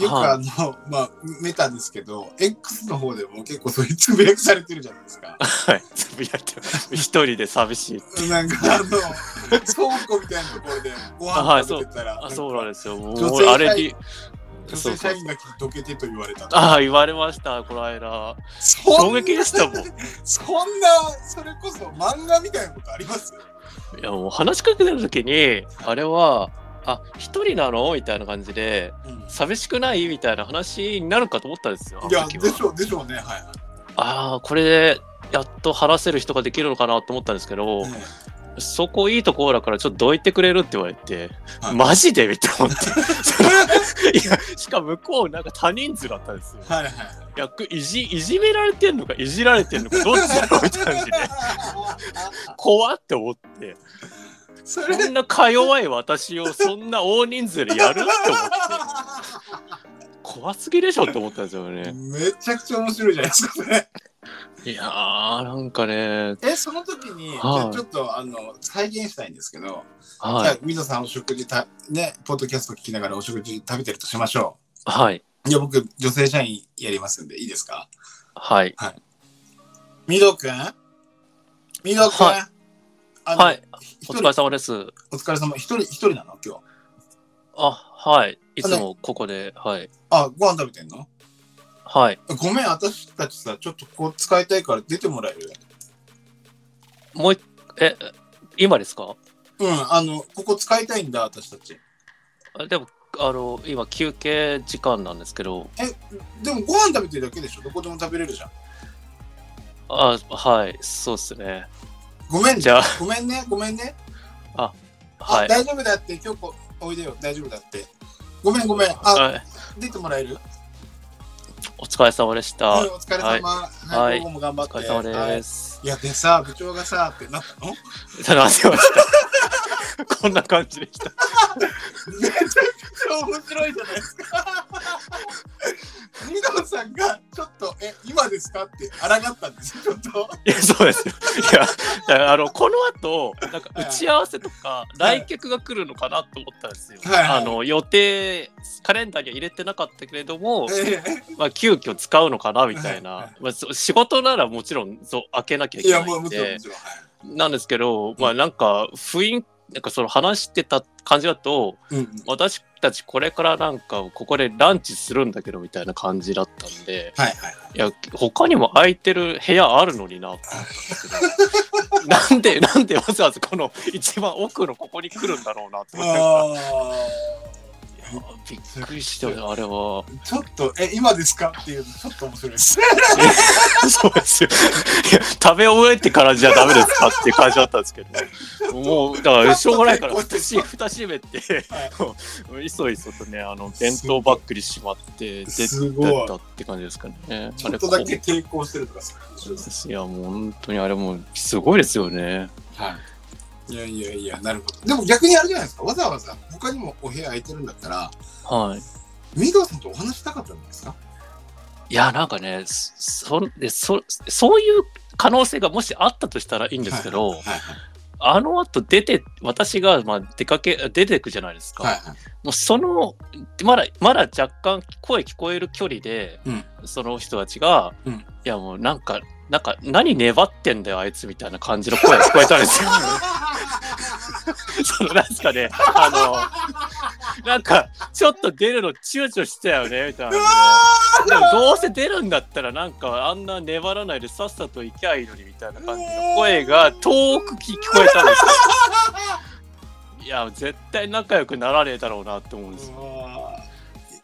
Speaker 4: よく
Speaker 1: は
Speaker 4: あの、まあメタですけど X の方でも結構そういうつぶやくされてるじゃないですか
Speaker 1: はい。つぶやいてます一人で寂しい。
Speaker 4: なんかあの倉庫みたいなところでご飯食べてたら、
Speaker 1: あ、そうなん
Speaker 4: で
Speaker 1: ですよ。も
Speaker 4: 女
Speaker 1: う、
Speaker 4: 性
Speaker 1: あれに、
Speaker 4: 女性社員がどけてと言われたと
Speaker 1: ああ、言われました、この間。
Speaker 4: そ
Speaker 1: 衝
Speaker 4: んな
Speaker 1: 撃でしたもん。い
Speaker 4: そんなそれこそ漫画みたいなことあります
Speaker 1: や、もう話しかけてるときに、あれは、あ、一人なのみたいな感じで、
Speaker 4: うん
Speaker 1: 寂しくないみたいな話になるかと思ったんですよ。あの
Speaker 4: いや
Speaker 1: 時は
Speaker 4: でしょうでしょうねはいは
Speaker 1: ああ、これで、やっと話せる人ができるのかなと思ったんですけど
Speaker 4: い、ね
Speaker 1: そこいいところだからちょっとどいてくれるって言われて、
Speaker 4: はい
Speaker 1: マジでみたいな思
Speaker 4: [LAUGHS]
Speaker 1: って。いや、しかも向こうなんか他人数だったんですよ。
Speaker 4: はいはい
Speaker 1: いやくいじ、いじめられてんのか、いじられてんのか、どっちだろうみたいな感じで、怖って思って、
Speaker 4: [LAUGHS] それ [LAUGHS]
Speaker 1: こんなか弱い私をそんな大人数でやるって思って、怖すぎでしょって思ったんですよね。
Speaker 4: めちゃくちゃ面白いじゃないですかね。
Speaker 1: いやー、なんかね、
Speaker 4: え、その時に、
Speaker 1: はい
Speaker 4: じゃあちょっとあの再現したいんですけど、じゃ
Speaker 1: は
Speaker 4: あ
Speaker 1: い、
Speaker 4: 水野さんお食事た、ね、ポッドキャスト聞きながらお食事食べてるとしましょ
Speaker 1: はい、
Speaker 4: う。いや、僕、女性社員やりますんで、いいですか
Speaker 1: はい、
Speaker 4: みどくんみどくん、
Speaker 1: はい
Speaker 4: あの
Speaker 1: はい、
Speaker 4: 一
Speaker 1: お
Speaker 4: 人
Speaker 1: 疲れ様です。
Speaker 4: お疲れ様。一人、一人なの今日。
Speaker 1: あ、はい、いつもここで、はい、
Speaker 4: あ、ご飯食べてんの
Speaker 1: はい、
Speaker 4: ごめん、私たちさ、ちょっとこう使いたいから出てもらえる
Speaker 1: もうい、え、今ですか
Speaker 4: うん、あの、ここ使いたいんだ、私たち。
Speaker 1: あでも、あの、今休憩時間なんですけど、
Speaker 4: でもご飯食べてるだけでしょどこでも食べれるじゃん。
Speaker 1: あ、はい、そうですね。
Speaker 4: ごめんね
Speaker 1: じゃあ、
Speaker 4: ごめんね、ごめんね。
Speaker 1: は
Speaker 4: あ
Speaker 1: い。
Speaker 4: 大丈夫だって、今日こおいでよ、大丈夫だって。ごめん、ごめん。あ、
Speaker 1: はい、
Speaker 4: 出てもらえる
Speaker 1: お疲れ様でした。
Speaker 4: はい、
Speaker 1: お
Speaker 4: お疲れ様。は
Speaker 1: はい
Speaker 4: い、午後も頑張って。
Speaker 1: 疲れ様
Speaker 4: はい
Speaker 1: です。
Speaker 4: いや、でさ、部長がさ、ってなっ
Speaker 1: [LAUGHS]
Speaker 4: たの
Speaker 1: ただ、すいません
Speaker 4: [LAUGHS]
Speaker 1: こんな感じでした。
Speaker 4: めちゃくちゃ面白いじゃないですか。ミドさんが、ちょっと、え、今ですかって、抗ったんですよ、ちょっと。
Speaker 1: いや、そうですよ。いやだから、あの、この後、なんか
Speaker 4: はい
Speaker 1: 打ち合わせとか、
Speaker 4: はい
Speaker 1: 来客が来るのかなと思ったんですよ。
Speaker 4: はいはい
Speaker 1: あの、予定、カレンダーには入れてなかったけれども、
Speaker 4: え
Speaker 1: まあ、急遽使うのかなみたい
Speaker 4: はいは
Speaker 1: な。まあ、そう仕事ならもちろん、そう、開けなきゃい
Speaker 4: えい
Speaker 1: け
Speaker 4: や、
Speaker 1: な
Speaker 4: も
Speaker 1: い
Speaker 4: うんもちろん、も
Speaker 1: で。
Speaker 4: ちろん。はい
Speaker 1: なんですけど、まあ、なんか、雰囲気、なんかその話してた感じだと、
Speaker 4: うんうん。
Speaker 1: 私たちこれからなんかここでランチするんだけどみたいな感じだったんで
Speaker 4: はいはいはい
Speaker 1: いや他にも空いてる部屋あるのになって思ったんですけどなんでなんでわざわざこの一番奥のここに来るんだろうなって思って
Speaker 4: あー。
Speaker 1: びっくりしてあれは
Speaker 4: ちょっと、え、今ですかっていうの、ちょっと面白いです。
Speaker 1: [LAUGHS] そうですよいや食べ終えてからじゃダメですかっていう感じだったんですけどもうだからしょうがないから
Speaker 4: ちょっと
Speaker 1: 蓋し蓋閉めて、もういそいそとねあの弁当バッグにしまって出て
Speaker 4: すご
Speaker 1: っ
Speaker 4: い
Speaker 1: た。って感じですかね。
Speaker 4: ちょっとだけ抵抗してるとかさ。
Speaker 1: いやもう本当にあれもうすごいですよね。
Speaker 4: はい。いやいやいや、なるほど。でも逆にあれじゃないですか。わざわざ他にもお部屋空いてるんだったら、
Speaker 1: はい。
Speaker 4: ミドさんとお話したかったんですか
Speaker 1: いやなんかねそそでそそういう可能性がもしあったとしたらいいんですけど、
Speaker 4: はいは
Speaker 1: あの後出て私がまあ出かけ出てくじゃないですか。
Speaker 4: いはい。
Speaker 1: もうそのまだまだ若干声聞こえる距離で、
Speaker 4: うん
Speaker 1: その人たちが、
Speaker 4: うん
Speaker 1: いやもうなんかなんか何粘ってんだよあいつみたいな感じの声が聞こえたん
Speaker 4: [LAUGHS]
Speaker 1: ですよ。 [LAUGHS] そのなんすかね、あの、なんか、ちょっと出るの躊躇してたよね、みたいな。でもどうせ出るんだったらなんかあんな粘らないでさっさと行きゃいいのにみたいな感じの声が遠く聞聞こえたんですよ。いや絶対仲良くならねえだろうなって思うんですよ。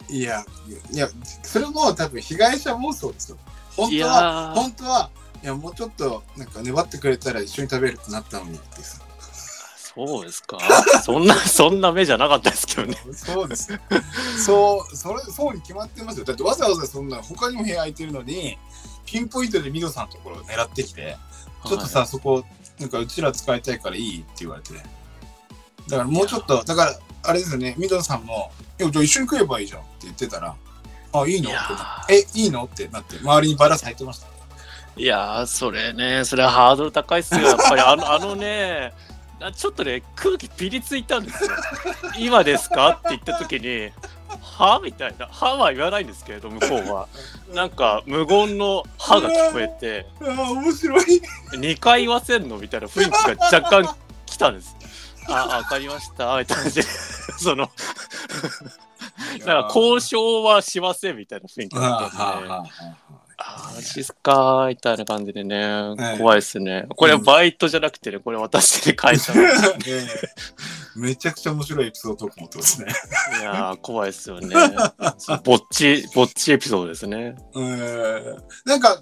Speaker 4: いや、いや、それも多分被害者妄想ですよ。本
Speaker 1: い
Speaker 4: 当は、
Speaker 1: やー
Speaker 4: 本当は、いや、もうちょっと、なんか粘ってくれたら一緒に食べるってなったのにってさ。
Speaker 1: そうですか [LAUGHS] そんなそんな目じゃなかったですけどね。
Speaker 4: そうです。そう、それ、そうに決まってますよ。だってわざわざそんな、他にも部屋空いてるのに、ピンポイントでミドさんのところを狙ってきて、ちょっとさ、そこ、なんかうちら使いたいからいいって言われてね。だからもうちょっと、だから、あれですよね、ミドさんも、いや、じゃあ一緒に食えばいいじゃんって言ってたら、あ、いいの
Speaker 1: い
Speaker 4: っ
Speaker 1: や
Speaker 4: てなえ、いいのってなって、周りにバラ咲いてました。
Speaker 1: いやー、それね、それはハードル高いっすよ。やっぱりあ
Speaker 4: [LAUGHS]
Speaker 1: のあのね、あちょっとね、空気ピリついたんですよ。今ですかって言った時に、はみたいな、はは言わないんですけれど、向こうは。なんか無言のはが聞こえて、
Speaker 4: あー面白い。
Speaker 1: 2回言わせんのみたいな雰囲気が若干来たんです。あ、わかりました、みたいな感じで、その、だから交渉はしませんみたいな雰囲気
Speaker 4: はあ
Speaker 1: だ
Speaker 4: は
Speaker 1: ったんで、ね。
Speaker 4: あはあ
Speaker 1: あーしっかーみたいな感じでね
Speaker 4: は、い
Speaker 1: 怖いですね。これはバイトじゃなくてね、これ私で書いたの。い
Speaker 4: [LAUGHS] ええめちゃくちゃ面白いエピソードトーク持ってますね。
Speaker 1: やー、怖いですよね。そうぼっち、ぼっちエピソードですね。
Speaker 4: うんなんか、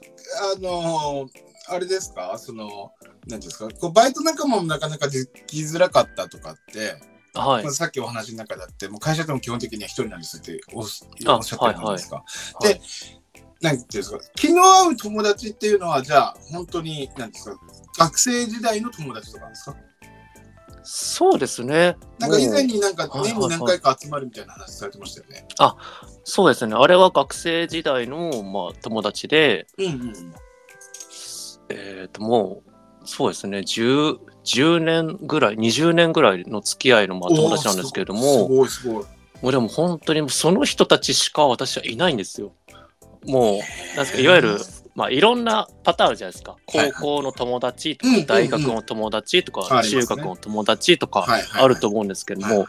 Speaker 4: あのーあれですか、その、なんていうんですか、こうバイト仲間もなかなかできづらかったとかって、
Speaker 1: はい
Speaker 4: まあ、。さっきお話の中だって、もう会社でも基本的には一人なんですっておっし
Speaker 1: あ
Speaker 4: おっしゃったじゃないですか。
Speaker 1: はい
Speaker 4: でなんていうんですか、気の合う友達っていうのは、じゃあ、本当に、なんですか、学生時代の友達とかなんですか
Speaker 1: そうですね。
Speaker 4: なんか以前
Speaker 1: もう
Speaker 4: になんか
Speaker 1: はいはい
Speaker 4: 年
Speaker 1: はい
Speaker 4: に何回か集まるみたいな話されてましたよね。
Speaker 1: そうですね。あれは学生時代の、まあ、友達で、
Speaker 4: うんうん。
Speaker 1: えっ、と、もう、そうですね、10、10年ぐらい、20年ぐらいの付き合いのまあ友達なんですけれども、
Speaker 4: おーすごいすごいす
Speaker 1: もうでも本当にその人たちしか私はいないんですよ。もう、なんです
Speaker 4: ご
Speaker 1: か、
Speaker 4: い。
Speaker 1: いわゆる、まあ、いろんなパターンあるじゃないですか。
Speaker 4: はいはい
Speaker 1: 高校の友達と
Speaker 4: うんうんう
Speaker 1: か、
Speaker 4: ん
Speaker 1: 大学の友達と
Speaker 4: ありま
Speaker 1: か、
Speaker 4: すね
Speaker 1: 中学の友達とか、
Speaker 4: はいはいはい
Speaker 1: あると思うんですけど
Speaker 4: はいは
Speaker 1: も、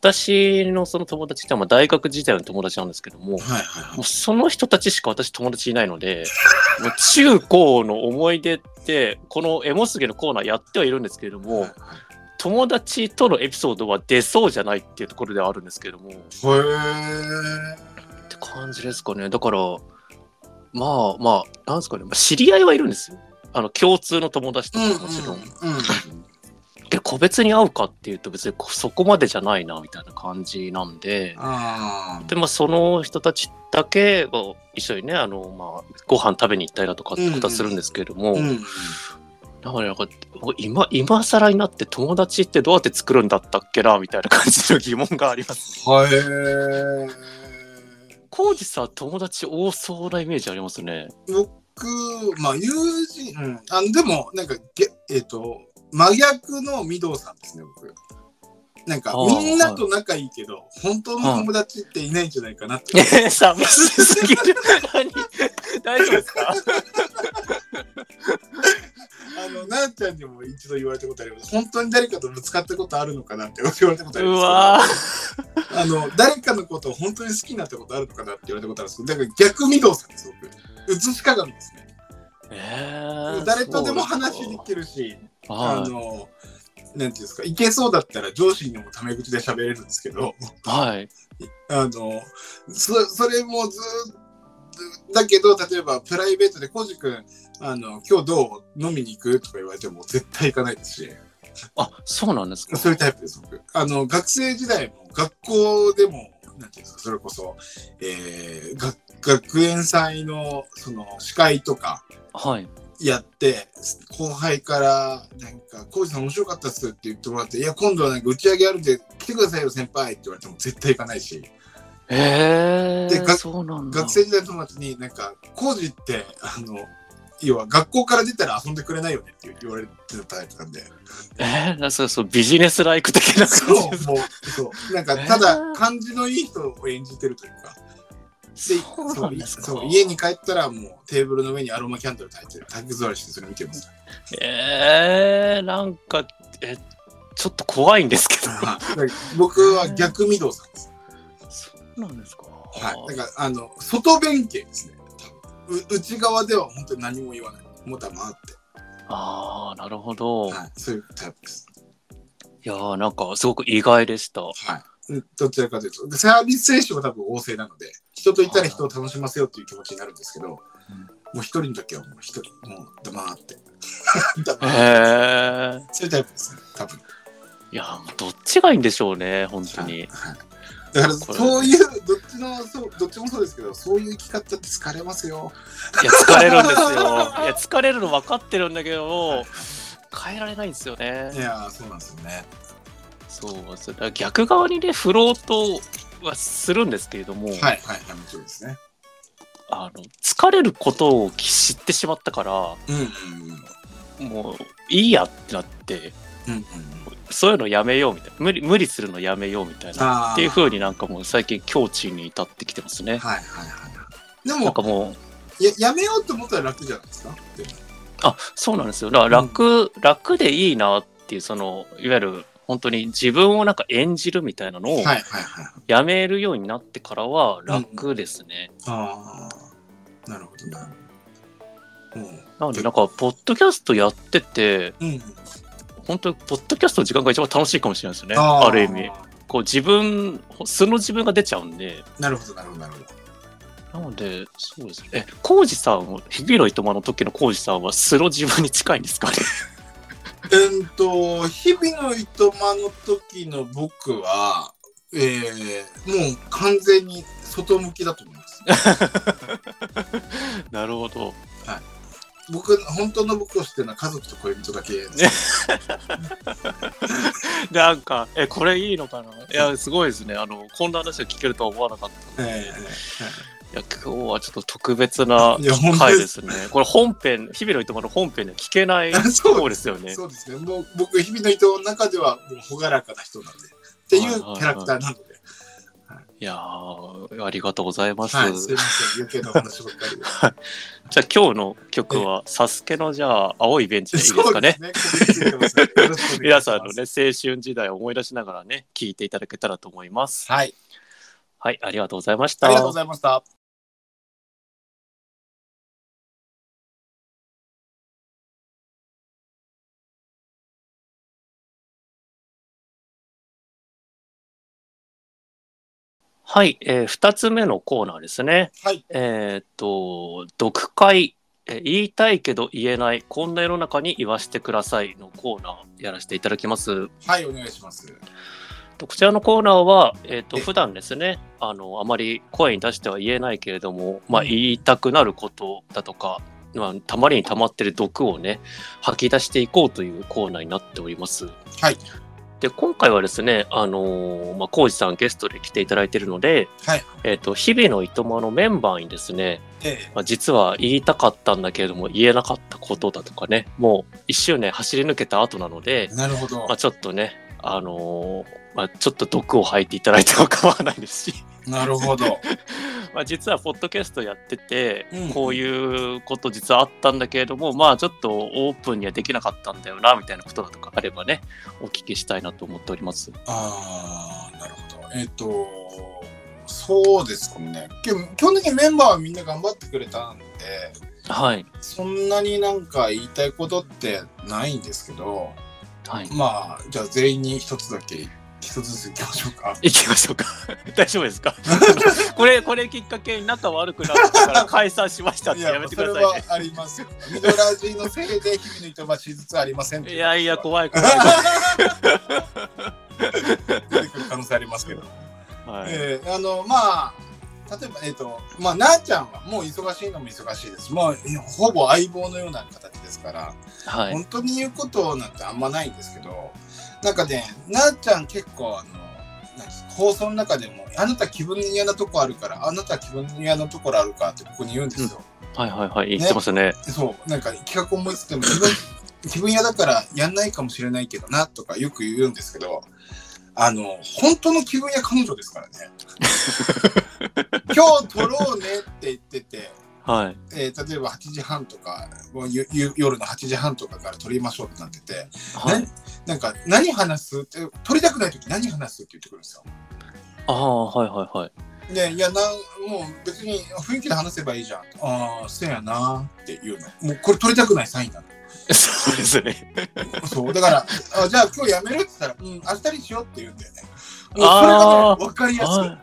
Speaker 1: 私のその友達ってまあ大学時代の友達なんですけども、
Speaker 4: いはい
Speaker 1: もうその人たちしか私友達いないので、もう中高の思い出って、このエモすぎのコーナーやってはいるんですけれども、友達とのエピソードは出そうじゃないっていうところではあるんですけれども、っ
Speaker 4: はい。へ
Speaker 1: て感じですかね。だから、まあまあ、なんですかね、まあ知り合いはいるんですよ。あの、共通の友達と
Speaker 4: え。
Speaker 1: かもちろん。
Speaker 4: うんうん
Speaker 1: けど個別に会うかっていうと別にそこまでじゃないな、みたいな感じなんで。
Speaker 4: あー
Speaker 1: でまあ、その人たちだけを一緒にねあの、まあ、ご飯食べに行ったりだとかってことはするんですけれども、
Speaker 4: うんうん
Speaker 1: だからなんか今今更になって友達ってどうやって作るんだったっけなみたいな感じの疑問があります。
Speaker 4: はい。へー
Speaker 1: 浩二さん友達多そうなイメージありますね。
Speaker 4: 僕、まあ、友人、うん、あのでも、なんか、げえっ、と、真逆の御堂さんですね、僕。なんか
Speaker 1: あ、ー
Speaker 4: みんなと仲いいけど、本当の友達っていないんじゃないかなって。
Speaker 1: え寂しすぎる。何大丈夫ですか
Speaker 4: あの、なーちゃんにも一度言われたことあります。本当に誰かとぶつかったことあるのかなって言われたことあ
Speaker 1: う
Speaker 4: ります。
Speaker 1: わ
Speaker 4: あの、誰かのことを本当に好きになったことあるのかなって言われたことあるんですけど、だから逆御堂さんです、僕。映し鏡ですね。
Speaker 1: ーえー
Speaker 4: 誰とでも話できるし、あ
Speaker 1: はい
Speaker 4: の、なんていうんですか、いけそうだったら上司にもタメ口で喋れるんですけど、
Speaker 1: はい
Speaker 4: あの、そそれもずっと、だけど、例えばプライベートで、コウジ君、あの、今日どう飲みに行くとか言われても絶対行かないですし、
Speaker 1: あそうなんですか。
Speaker 4: そういうタイプです、僕。あの、学生時代も、学校でも、なんていうんですか、それこそ、えー、学学園祭の、その、司会とか、
Speaker 1: はい
Speaker 4: やって後輩からなんか「浩二さん面白かったっす」って言ってもらって「いや今度はなんか打ち上げあるんで来てくださいよ先輩」って言われても絶対行かないし
Speaker 1: え
Speaker 4: で
Speaker 1: ー、
Speaker 4: が
Speaker 1: そうなんだ。
Speaker 4: 学生時代の友達になんか「浩二ってあの要は学校から出たら遊んでくれないよね」って言われてたタイプなんで
Speaker 1: えー、なんかそうビジネスライク的な
Speaker 4: そ
Speaker 1: 感じで
Speaker 4: う
Speaker 1: す
Speaker 4: もうそうなんか
Speaker 1: えー
Speaker 4: ただ感じのいい人を演じてるというか。で
Speaker 1: そうなんですか。
Speaker 4: そう家に帰ったらもうテーブルの上にアロマキャンドル焚いてる焚き座りしてそれ見
Speaker 1: [LAUGHS]
Speaker 4: てます
Speaker 1: えー、なんか、え、ちょっと怖いんですけど。
Speaker 4: はいだから僕は逆御堂さんです
Speaker 1: そうなんですか。
Speaker 4: はい。なんか、あの、外弁慶ですね。う内側では本当に何も言わない。もたまって。
Speaker 1: ああ、なるほど。い
Speaker 4: はい。そういうタイプです。
Speaker 1: やー、なんか、すごく意外でした。
Speaker 4: はい。うんどちらかというと、でサービス精神は多分旺盛なので、人といたら人を楽しませようという気持ちになるんですけど、もう一人の時はもう一人、もう黙って。 [LAUGHS]
Speaker 1: へえ [LAUGHS]
Speaker 4: 黙って。
Speaker 1: ー。
Speaker 4: そういうタイプですね、多分。
Speaker 1: いやー、もうどっちがいいんでしょうね、本当に。
Speaker 4: はい。だから、
Speaker 1: これ
Speaker 4: そういう、どっちの、そう、どっちもそうですけど、そういう生き方って疲れますよ。
Speaker 1: いや、疲れるんですよ。いや、疲れるの分かってるんだけど、変えられないんですよ
Speaker 4: い
Speaker 1: ね。
Speaker 4: やー、そうなんですよね。
Speaker 1: そう、それだから逆側にね、フロートはするんですけれども、
Speaker 4: はい、はい、はい、もちろんですね。
Speaker 1: あの疲れることを知ってしまったから、
Speaker 4: うん、うん、
Speaker 1: もういいやってなって
Speaker 4: うん。うん、うん。
Speaker 1: そういうのやめようみたいな無理無理するのやめようみたいな
Speaker 4: あー
Speaker 1: っていう風になんかもう最近境地に至ってきてますね
Speaker 4: はいはいはい。で
Speaker 1: なん
Speaker 4: も
Speaker 1: かもう
Speaker 4: や、やめようと思ったら楽じゃないですか。でも
Speaker 1: あそうなんですよだから楽、楽でいいなっていうそのいわゆる本当に自分をなんか演じるみたいなのを
Speaker 4: はいはいはい。
Speaker 1: やめるようになってからは楽ですね。
Speaker 4: ああ、なるほどな。うん。
Speaker 1: なのでなんか、ポッドキャストやってて、
Speaker 4: うん。
Speaker 1: 本当にポッドキャストの時間が一番楽しいかもしれないですよね。
Speaker 4: ー
Speaker 1: ある意味。。こう自分、素の自分が出ちゃうんで。
Speaker 4: なるほどなるほどなるほど。
Speaker 1: なので、そうですね。え、コウジさんは、ヘビロイトマの時のコウジさんは素の自分に近いんですかね [LAUGHS]
Speaker 4: うんと、日々のいとまの時の僕は、えー、もう完全に外向きだと思います。 [LAUGHS]
Speaker 1: なるほど。
Speaker 4: 僕、本当の僕を知ってるのは家族と恋人だけです。
Speaker 1: なんか、え、これいいのかないや、すごいですね。あの、こんな話が聞けるとは思わなかった。
Speaker 4: え
Speaker 1: いや、今日はちょっと特別な
Speaker 4: ーいや、本当
Speaker 1: 回
Speaker 4: で。
Speaker 1: ですすね。これ本編、日々のいとまの本編では聞けない
Speaker 4: そう
Speaker 1: そうですよね。
Speaker 4: そうですね。もう僕、日々のいとまの中では、もう朗らかな人なんで、っていうキャラクターなので、
Speaker 1: いやー、ありがとうございます。
Speaker 4: はい、すいません、余計なお話ばっか
Speaker 1: [LAUGHS]
Speaker 4: りで。
Speaker 1: じゃあ今日の曲は、サスケのじゃあ、青いベンチでいいですかね。
Speaker 4: そうですね。こびりついてますよろしくお願いします
Speaker 1: 皆さんのね、。青春時代を思い出しながらね、聞いていただけたらと思います。
Speaker 4: はい。
Speaker 1: はい、ありがとうございまし
Speaker 4: あ
Speaker 1: た。
Speaker 4: りがとうございました。
Speaker 1: はい、えー、2つ目のコーナーですね。
Speaker 4: はい。
Speaker 1: えーっと、読解、えー言いたいけど言えない、こんな世の中に言わしてくださいのコーナーやらせていただきます。
Speaker 4: はい、お願いします。
Speaker 1: とこちらのコーナーは、えーっと、
Speaker 4: え
Speaker 1: 普段ですね、あの、あまり声に出しては言えないけれども、まあ、
Speaker 4: うん
Speaker 1: 言いたくなることだとか、まあ、たまりにたまってる毒をね、吐き出していこうというコーナーになっております。
Speaker 4: はい。
Speaker 1: で、今回はですね、あのーまあ、コウジさんゲストで来ていただいてるので、
Speaker 4: はい。
Speaker 1: えっ、と、日々のいとまのメンバーにですね、
Speaker 4: え
Speaker 1: まあ、実は言いたかったんだけれども言えなかったことだとかね、もう一周年走り抜けた後なので
Speaker 4: え、なるほど
Speaker 1: まあ、。ちょっとね、あのーまあ、ちょっと毒を吐いていただいても構わないですし、 [LAUGHS]
Speaker 4: なるほど。
Speaker 1: まあ、実はポッドキャストやってて、
Speaker 4: うん
Speaker 1: こういうこと実はあったんだけれども、まあちょっとオープンにはできなかったんだよな、みたいなことだとかあればね、お聞きしたいなと思っております。
Speaker 4: ああ、なるほど。えっ、と、そうですね。今日基本的にメンバーはみんな頑張ってくれたんで、
Speaker 1: はい。
Speaker 4: そんなになんか言いたいことってないんですけど、
Speaker 1: はい。
Speaker 4: まあ、じゃあ全員に一つだけ、一つずついきましょう
Speaker 1: [LAUGHS]
Speaker 4: か。
Speaker 1: 行きましょうか。大丈夫ですか [LAUGHS] これ、これきっかけに仲悪くなったから [LAUGHS] 解散しましたってやめてくだ
Speaker 4: そ
Speaker 1: さ
Speaker 4: れ
Speaker 1: い
Speaker 4: は
Speaker 1: ね。
Speaker 4: ありますよ。ミドラジのせいで日々の糸ましずつありません。
Speaker 1: いやいや、
Speaker 4: こ
Speaker 1: 怖い怖い。
Speaker 4: う出てくる可能性ありますけど。
Speaker 1: はい、
Speaker 4: えーあのまあ例えばえっ、とまあなあちゃんはもう忙しいのも忙しいです。もうえほぼ相棒のような形ですから、
Speaker 1: はい。
Speaker 4: 本当に言うことなんてあんまないんですけど、なんかねなあちゃん結構あの。なんです放送の中でも「あなた気分嫌なとこあるからあなた気分嫌なところあるか」ってここに言うんですよ。
Speaker 1: はいはいはい。言ってますね。
Speaker 4: そう、なんか企画思いついても自分、自分嫌だからやんないかもしれないけどなとかよく言うんですけど、あの、本当の気分屋彼女ですからね。今日撮ろうねって言ってて、
Speaker 1: はい。
Speaker 4: えー例えば8時半とか、もうゆゆ夜の8時半とかから撮りましょうってなってて、
Speaker 1: はい
Speaker 4: ね。なんか何話すって、撮りたくない時何話すって言ってくるんですよ。
Speaker 1: ああ、はいはいはい。
Speaker 4: ね、いやなんもう別に雰囲気で話せばいいじゃん。ああ、そうやなって言うの。もうこれ撮りたくないサインなの
Speaker 1: そうですね。
Speaker 4: そうだ
Speaker 1: [LAUGHS]
Speaker 4: からあじゃあ今日やめるって言ったら、うん、明日にしようって言うんだよね。もうそれ
Speaker 1: あ
Speaker 4: が
Speaker 1: ー
Speaker 4: ね、分かりやすい。
Speaker 1: はい。へ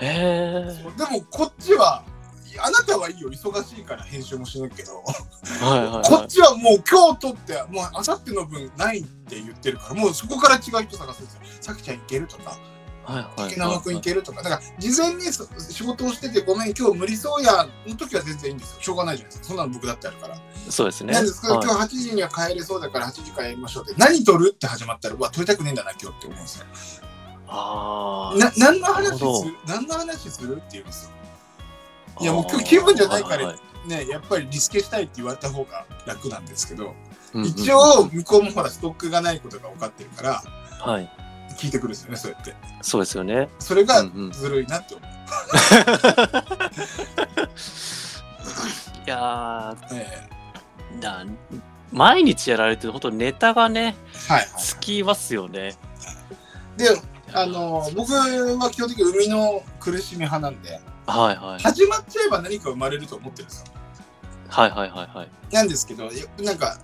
Speaker 1: え。
Speaker 4: でもこっちは、あなたはいいよ、忙しいから編集もしないけど、
Speaker 1: はいはい
Speaker 4: こ
Speaker 1: は
Speaker 4: っちはもう今日撮って、もう明後日の分ないって言ってるから、もうそこから違う人探すんですよ。さきちゃんいけるとか、
Speaker 1: い。はいはい
Speaker 4: 竹生くんいけるとか、だから事前にそ仕事をしてて、ごめん、今日無理そうやの時は全然いいんですよ。しょうがないじゃないですか。そんなの僕だってあるから。
Speaker 1: そうですね。
Speaker 4: なんですけど、
Speaker 1: はい
Speaker 4: 今日8時には帰れそうだから8時からやりましょうって、何撮るって始まったら、うわ、撮りたくねえんだな、今日って思うんですよ。
Speaker 1: あ
Speaker 4: な何の話
Speaker 1: なるほ
Speaker 4: す
Speaker 1: ど
Speaker 4: る何の話するって言うんですよ。
Speaker 1: あ。
Speaker 4: いやもう今日気分じゃないから
Speaker 1: はは
Speaker 4: ね、やっぱりリスケしたいって言われた方が楽なんですけど、
Speaker 1: うんうん
Speaker 4: 一応向こうもほらストックがないことが分かってるから、
Speaker 1: はい。
Speaker 4: 聞いてくるんですよね、そうやって。
Speaker 1: そうですよね。
Speaker 4: それ
Speaker 1: う
Speaker 4: が
Speaker 1: んうん
Speaker 4: ずるいなって思う。
Speaker 1: いやー、
Speaker 4: ええ
Speaker 1: だ毎日やられてる、本当ネタがね、
Speaker 4: はいは
Speaker 1: つきますよね。
Speaker 4: い。で、あの、僕は基本的に生みの苦しみ派なんで、
Speaker 1: はいはい。
Speaker 4: 始まっちゃえば何か生まれると思ってるんですよ。
Speaker 1: はいはいはいはい。
Speaker 4: なんですけど、いやなんか、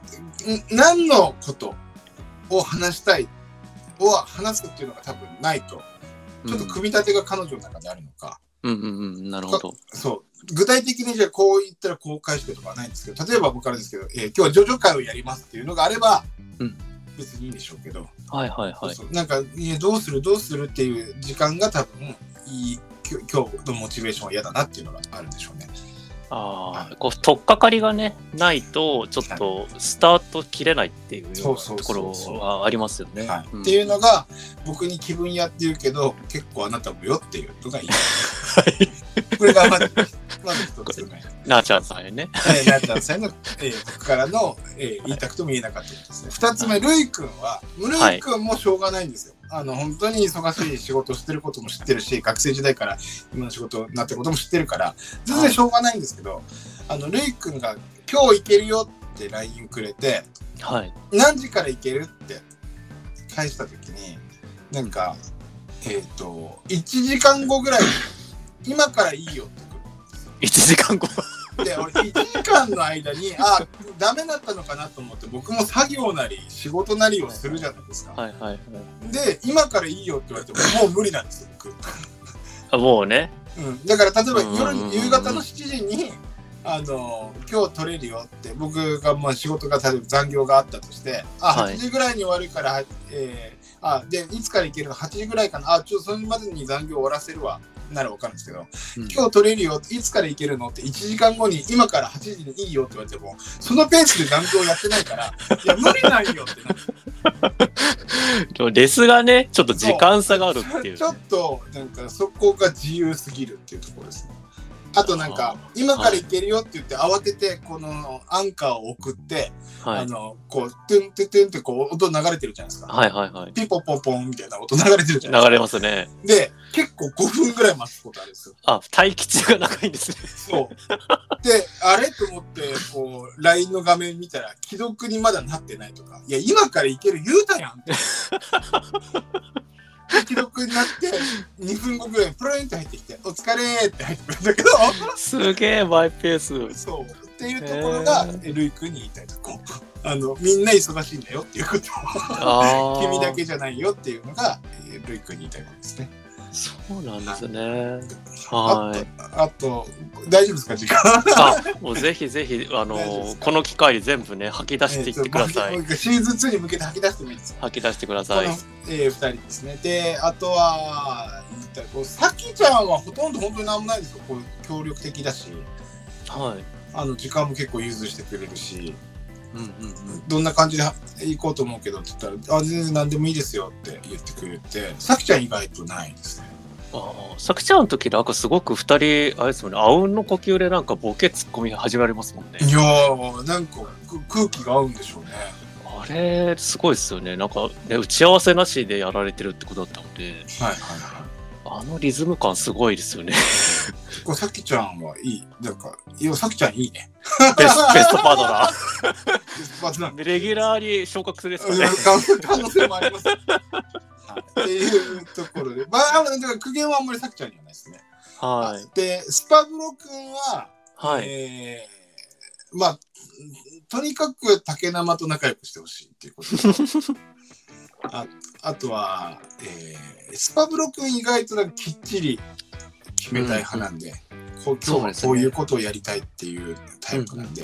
Speaker 4: ん何のことを話したい、を話すっていうのが多分ないと、ちょっと組み立てが彼女の中であるのか、
Speaker 1: うんうんうんうん、なるほど。
Speaker 4: そう、具体的にじゃあこう言ったらこう返してとかはないんですけど、例えば僕からですけど、えー今日はジョジョ会をやりますっていうのがあれば、
Speaker 1: うん
Speaker 4: 別にいいんでしょうけど、
Speaker 1: はいはいはい。
Speaker 4: そうそうなんか、いやどうするどうするっていう時間が多分いい、今日今日のモチベーションは嫌だなっていうのがあるんでしょうね。
Speaker 1: ああ、こう、取っかかりがね、ないと、ちょっと、スタート切れないっていうよ
Speaker 4: そうう
Speaker 1: な
Speaker 4: そう
Speaker 1: と
Speaker 4: そうそう
Speaker 1: ころはありますよね。
Speaker 4: はい
Speaker 1: ん
Speaker 4: っていうのが僕に気分屋って言うけど結構あなたもよっていうのがいい。これ [LAUGHS] がまずまず一つ目。え
Speaker 1: なあちゃんさんへね。
Speaker 4: ー、なっちゃんさんの、えー僕からの、えー言いたくても言えなかったことですね。二つ目、るいくんは、
Speaker 1: は
Speaker 4: る
Speaker 1: い
Speaker 4: いくんもしょうがないんですよ。あの本当に忙しい仕事をしてることも知ってるし、学生時代から今の仕事になってることも知ってるから、全然しょうがないんですけど、あのるいくんが今日行けるよって LINE くれて、
Speaker 1: はい。
Speaker 4: 何時から行けるって返した時になんかえっ、と1時間後ぐらいに「今からいいよ」って
Speaker 1: 1時間後。
Speaker 4: 来るで俺1時間の間にあダメだったのかなと思って僕も作業なり仕事なりをするじゃないですか、
Speaker 1: はいはいはい。
Speaker 4: で「今からいいよ」って言われてももう無理なんですよ僕、
Speaker 1: あもうね。
Speaker 4: うん、だから例えば
Speaker 1: うんうん
Speaker 4: 夜
Speaker 1: うんうん
Speaker 4: 夕方の7時にあの今日取れるよって僕がまあ仕事が例えば残業があったとしてあ
Speaker 1: はい
Speaker 4: 8時ぐらいに終わるから、えーあでいつから行けるの8時ぐらいかなあちょっとそれまでに残業終わらせるわなら分かるんですけど
Speaker 1: うん
Speaker 4: 今日取れるよっていつから行けるのって1時間後に今から8時にいいよって言われてもそのペースで残業やってないからいや無理ないよってなって
Speaker 1: でもレスがね、ちょっと時間差があるっていう。
Speaker 4: ちょっとなんかそこが自由すぎるっていうところですねあとなん
Speaker 1: あ
Speaker 4: か
Speaker 1: ー
Speaker 4: 今から行けるよって言って慌ててこのアンカーを送って、
Speaker 1: は
Speaker 4: あ
Speaker 1: い。
Speaker 4: のこうトゥントゥントゥンってこう音流れてるじゃないですか、
Speaker 1: はいはいはい。
Speaker 4: ピポポポンみたいな音流れてるじゃない
Speaker 1: 流れ
Speaker 4: ですか
Speaker 1: ますね。
Speaker 4: で結構5分ぐらい待つことあるんですよ
Speaker 1: あ、待機中が長いんですね。
Speaker 4: [LAUGHS] そうであれと思ってこう LINE の画面見たら既読にまだなってないとかいや今から行ける言うたやんってで既読になって2分後ぐらいにプロインって入ってきて「お疲れ」って入ってくるんだけど
Speaker 1: すげえマイペース。
Speaker 4: そうっていうところが、えルイ君に言いたいとこあのみんな忙しいんだよっていうこと
Speaker 1: ああ。
Speaker 4: 君だけ。じゃないよっていうのが、えールイ君に言いたいことですね
Speaker 1: そうなんですね。
Speaker 4: あ
Speaker 1: はい。
Speaker 4: とあと大丈夫ですか時間
Speaker 1: あ、もうぜひぜひ、あ
Speaker 4: 大丈夫で
Speaker 1: の
Speaker 4: す、か
Speaker 1: この機会で全部ね、吐き出していってくださ
Speaker 4: え
Speaker 1: い。
Speaker 4: ーともう一回シーズン2に向けて吐き出してもいいです
Speaker 1: 吐き出してくだ
Speaker 4: こ
Speaker 1: さ
Speaker 4: の、
Speaker 1: い。
Speaker 4: えー、2人ですね。で、あとは、言ったらこうさきちゃんはほとんど本当になんもないですよ。こう協力的だし、
Speaker 1: はい。
Speaker 4: あの時間も結構融通してくれるし、
Speaker 1: うんうんうん。
Speaker 4: どんな感じで行こうと思うけどって言ったら、あ全然何でもいいですよって言ってくれて、さきちゃん意外とないですね。
Speaker 1: ああ、さきちゃんの時なんかすごく二人、あれですもんね、あうんの呼吸でなんかボケツッコミが始まりますもんね。
Speaker 4: いやー、なんかく空気が合うんでしょうね。
Speaker 1: あれ、すごいですよね。なんか、ね、打ち合わせなしでやられてるってことだったので、
Speaker 4: はいはいはい。
Speaker 1: あのリズム感すごいですよ
Speaker 4: [LAUGHS]
Speaker 1: ね。
Speaker 4: こうさきちゃんはいい。なんか、いや、さきちゃんいいね。
Speaker 1: ベスベストパートナ
Speaker 4: まずなんか
Speaker 1: ー。レギュラーに昇格するですかね。
Speaker 4: うん可能性もあります。はいっていうところで、まあ、だから苦言はあんまりさきちゃんにはないですね。
Speaker 1: はい。
Speaker 4: で、スパブロ君は、
Speaker 1: はい。
Speaker 4: えーまあ、とにかく竹生と仲良くしてほしいっていうことと
Speaker 1: [LAUGHS]
Speaker 4: ああとは、えースパブロ君意外となんかきっちり決めたい派なんで、こう
Speaker 1: そうで
Speaker 4: 今日
Speaker 1: す
Speaker 4: は
Speaker 1: ね
Speaker 4: こういうことをやりたいっていうタイプなんで、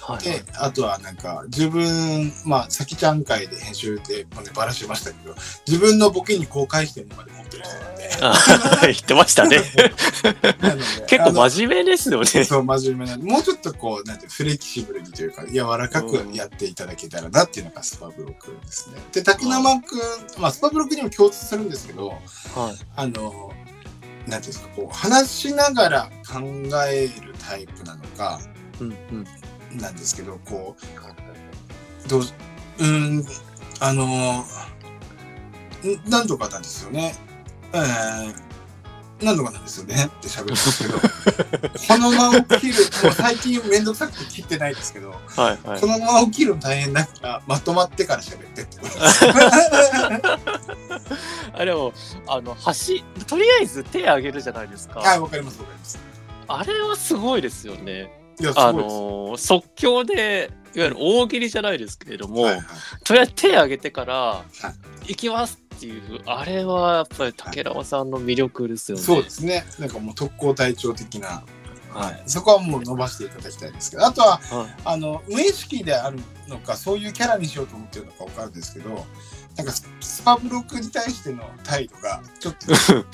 Speaker 1: はい。
Speaker 4: であとはなんか自分まあさきちゃん会で編集で、まあね、バラしましたけど自分のボケに公開してるのまで持ってる人なんで
Speaker 1: あ言ってましたね。
Speaker 4: なので
Speaker 1: [LAUGHS] 結構
Speaker 4: あの
Speaker 1: 真面目ですよね。
Speaker 4: そう真面目なんでもうちょっとこうなんてフレキシブルにというか柔らかくやっていただけたらなっていうのがスパブロ君ですねで竹生君、まあ、スパブロ君にも共通するんですけど
Speaker 1: はい。
Speaker 4: あのなんていうんですかこう話しながら考えるタイプなのか、
Speaker 1: うんうん。
Speaker 4: なんですけど、こう、どう、うーん、あのー、ん何度かなんですよね。えーなんとかなんですよねって喋るんです
Speaker 1: [LAUGHS]
Speaker 4: けどこの間を切るもう最近めんどくさくて切ってないですけど、
Speaker 1: はいはい
Speaker 4: こ。の間を切るの大変だからまとまってから喋ってってことです
Speaker 1: あれも、あの、橋、とりあえず手挙げるじゃないです
Speaker 4: は [LAUGHS]
Speaker 1: か。
Speaker 4: いわかりますわかります
Speaker 1: あれはすごいですよね。
Speaker 4: いやす
Speaker 1: あ
Speaker 4: ごいです
Speaker 1: の、即興で、いわゆる大喜利じゃないですけれども、
Speaker 4: はいはい
Speaker 1: とりあえず手挙げてから
Speaker 4: は、
Speaker 1: 行きますっていう、あれはやっぱり竹縄さんの魅力ですよね。
Speaker 4: そうですねなんかもう特攻隊長的な、、
Speaker 1: はい
Speaker 4: そこはもう伸ばしていただきたいですけどあとは、
Speaker 1: はい
Speaker 4: あの無意識であるのかそういうキャラにしようと思ってるのか分かるんですけどなんかススパブロックに対しての態度がちょっと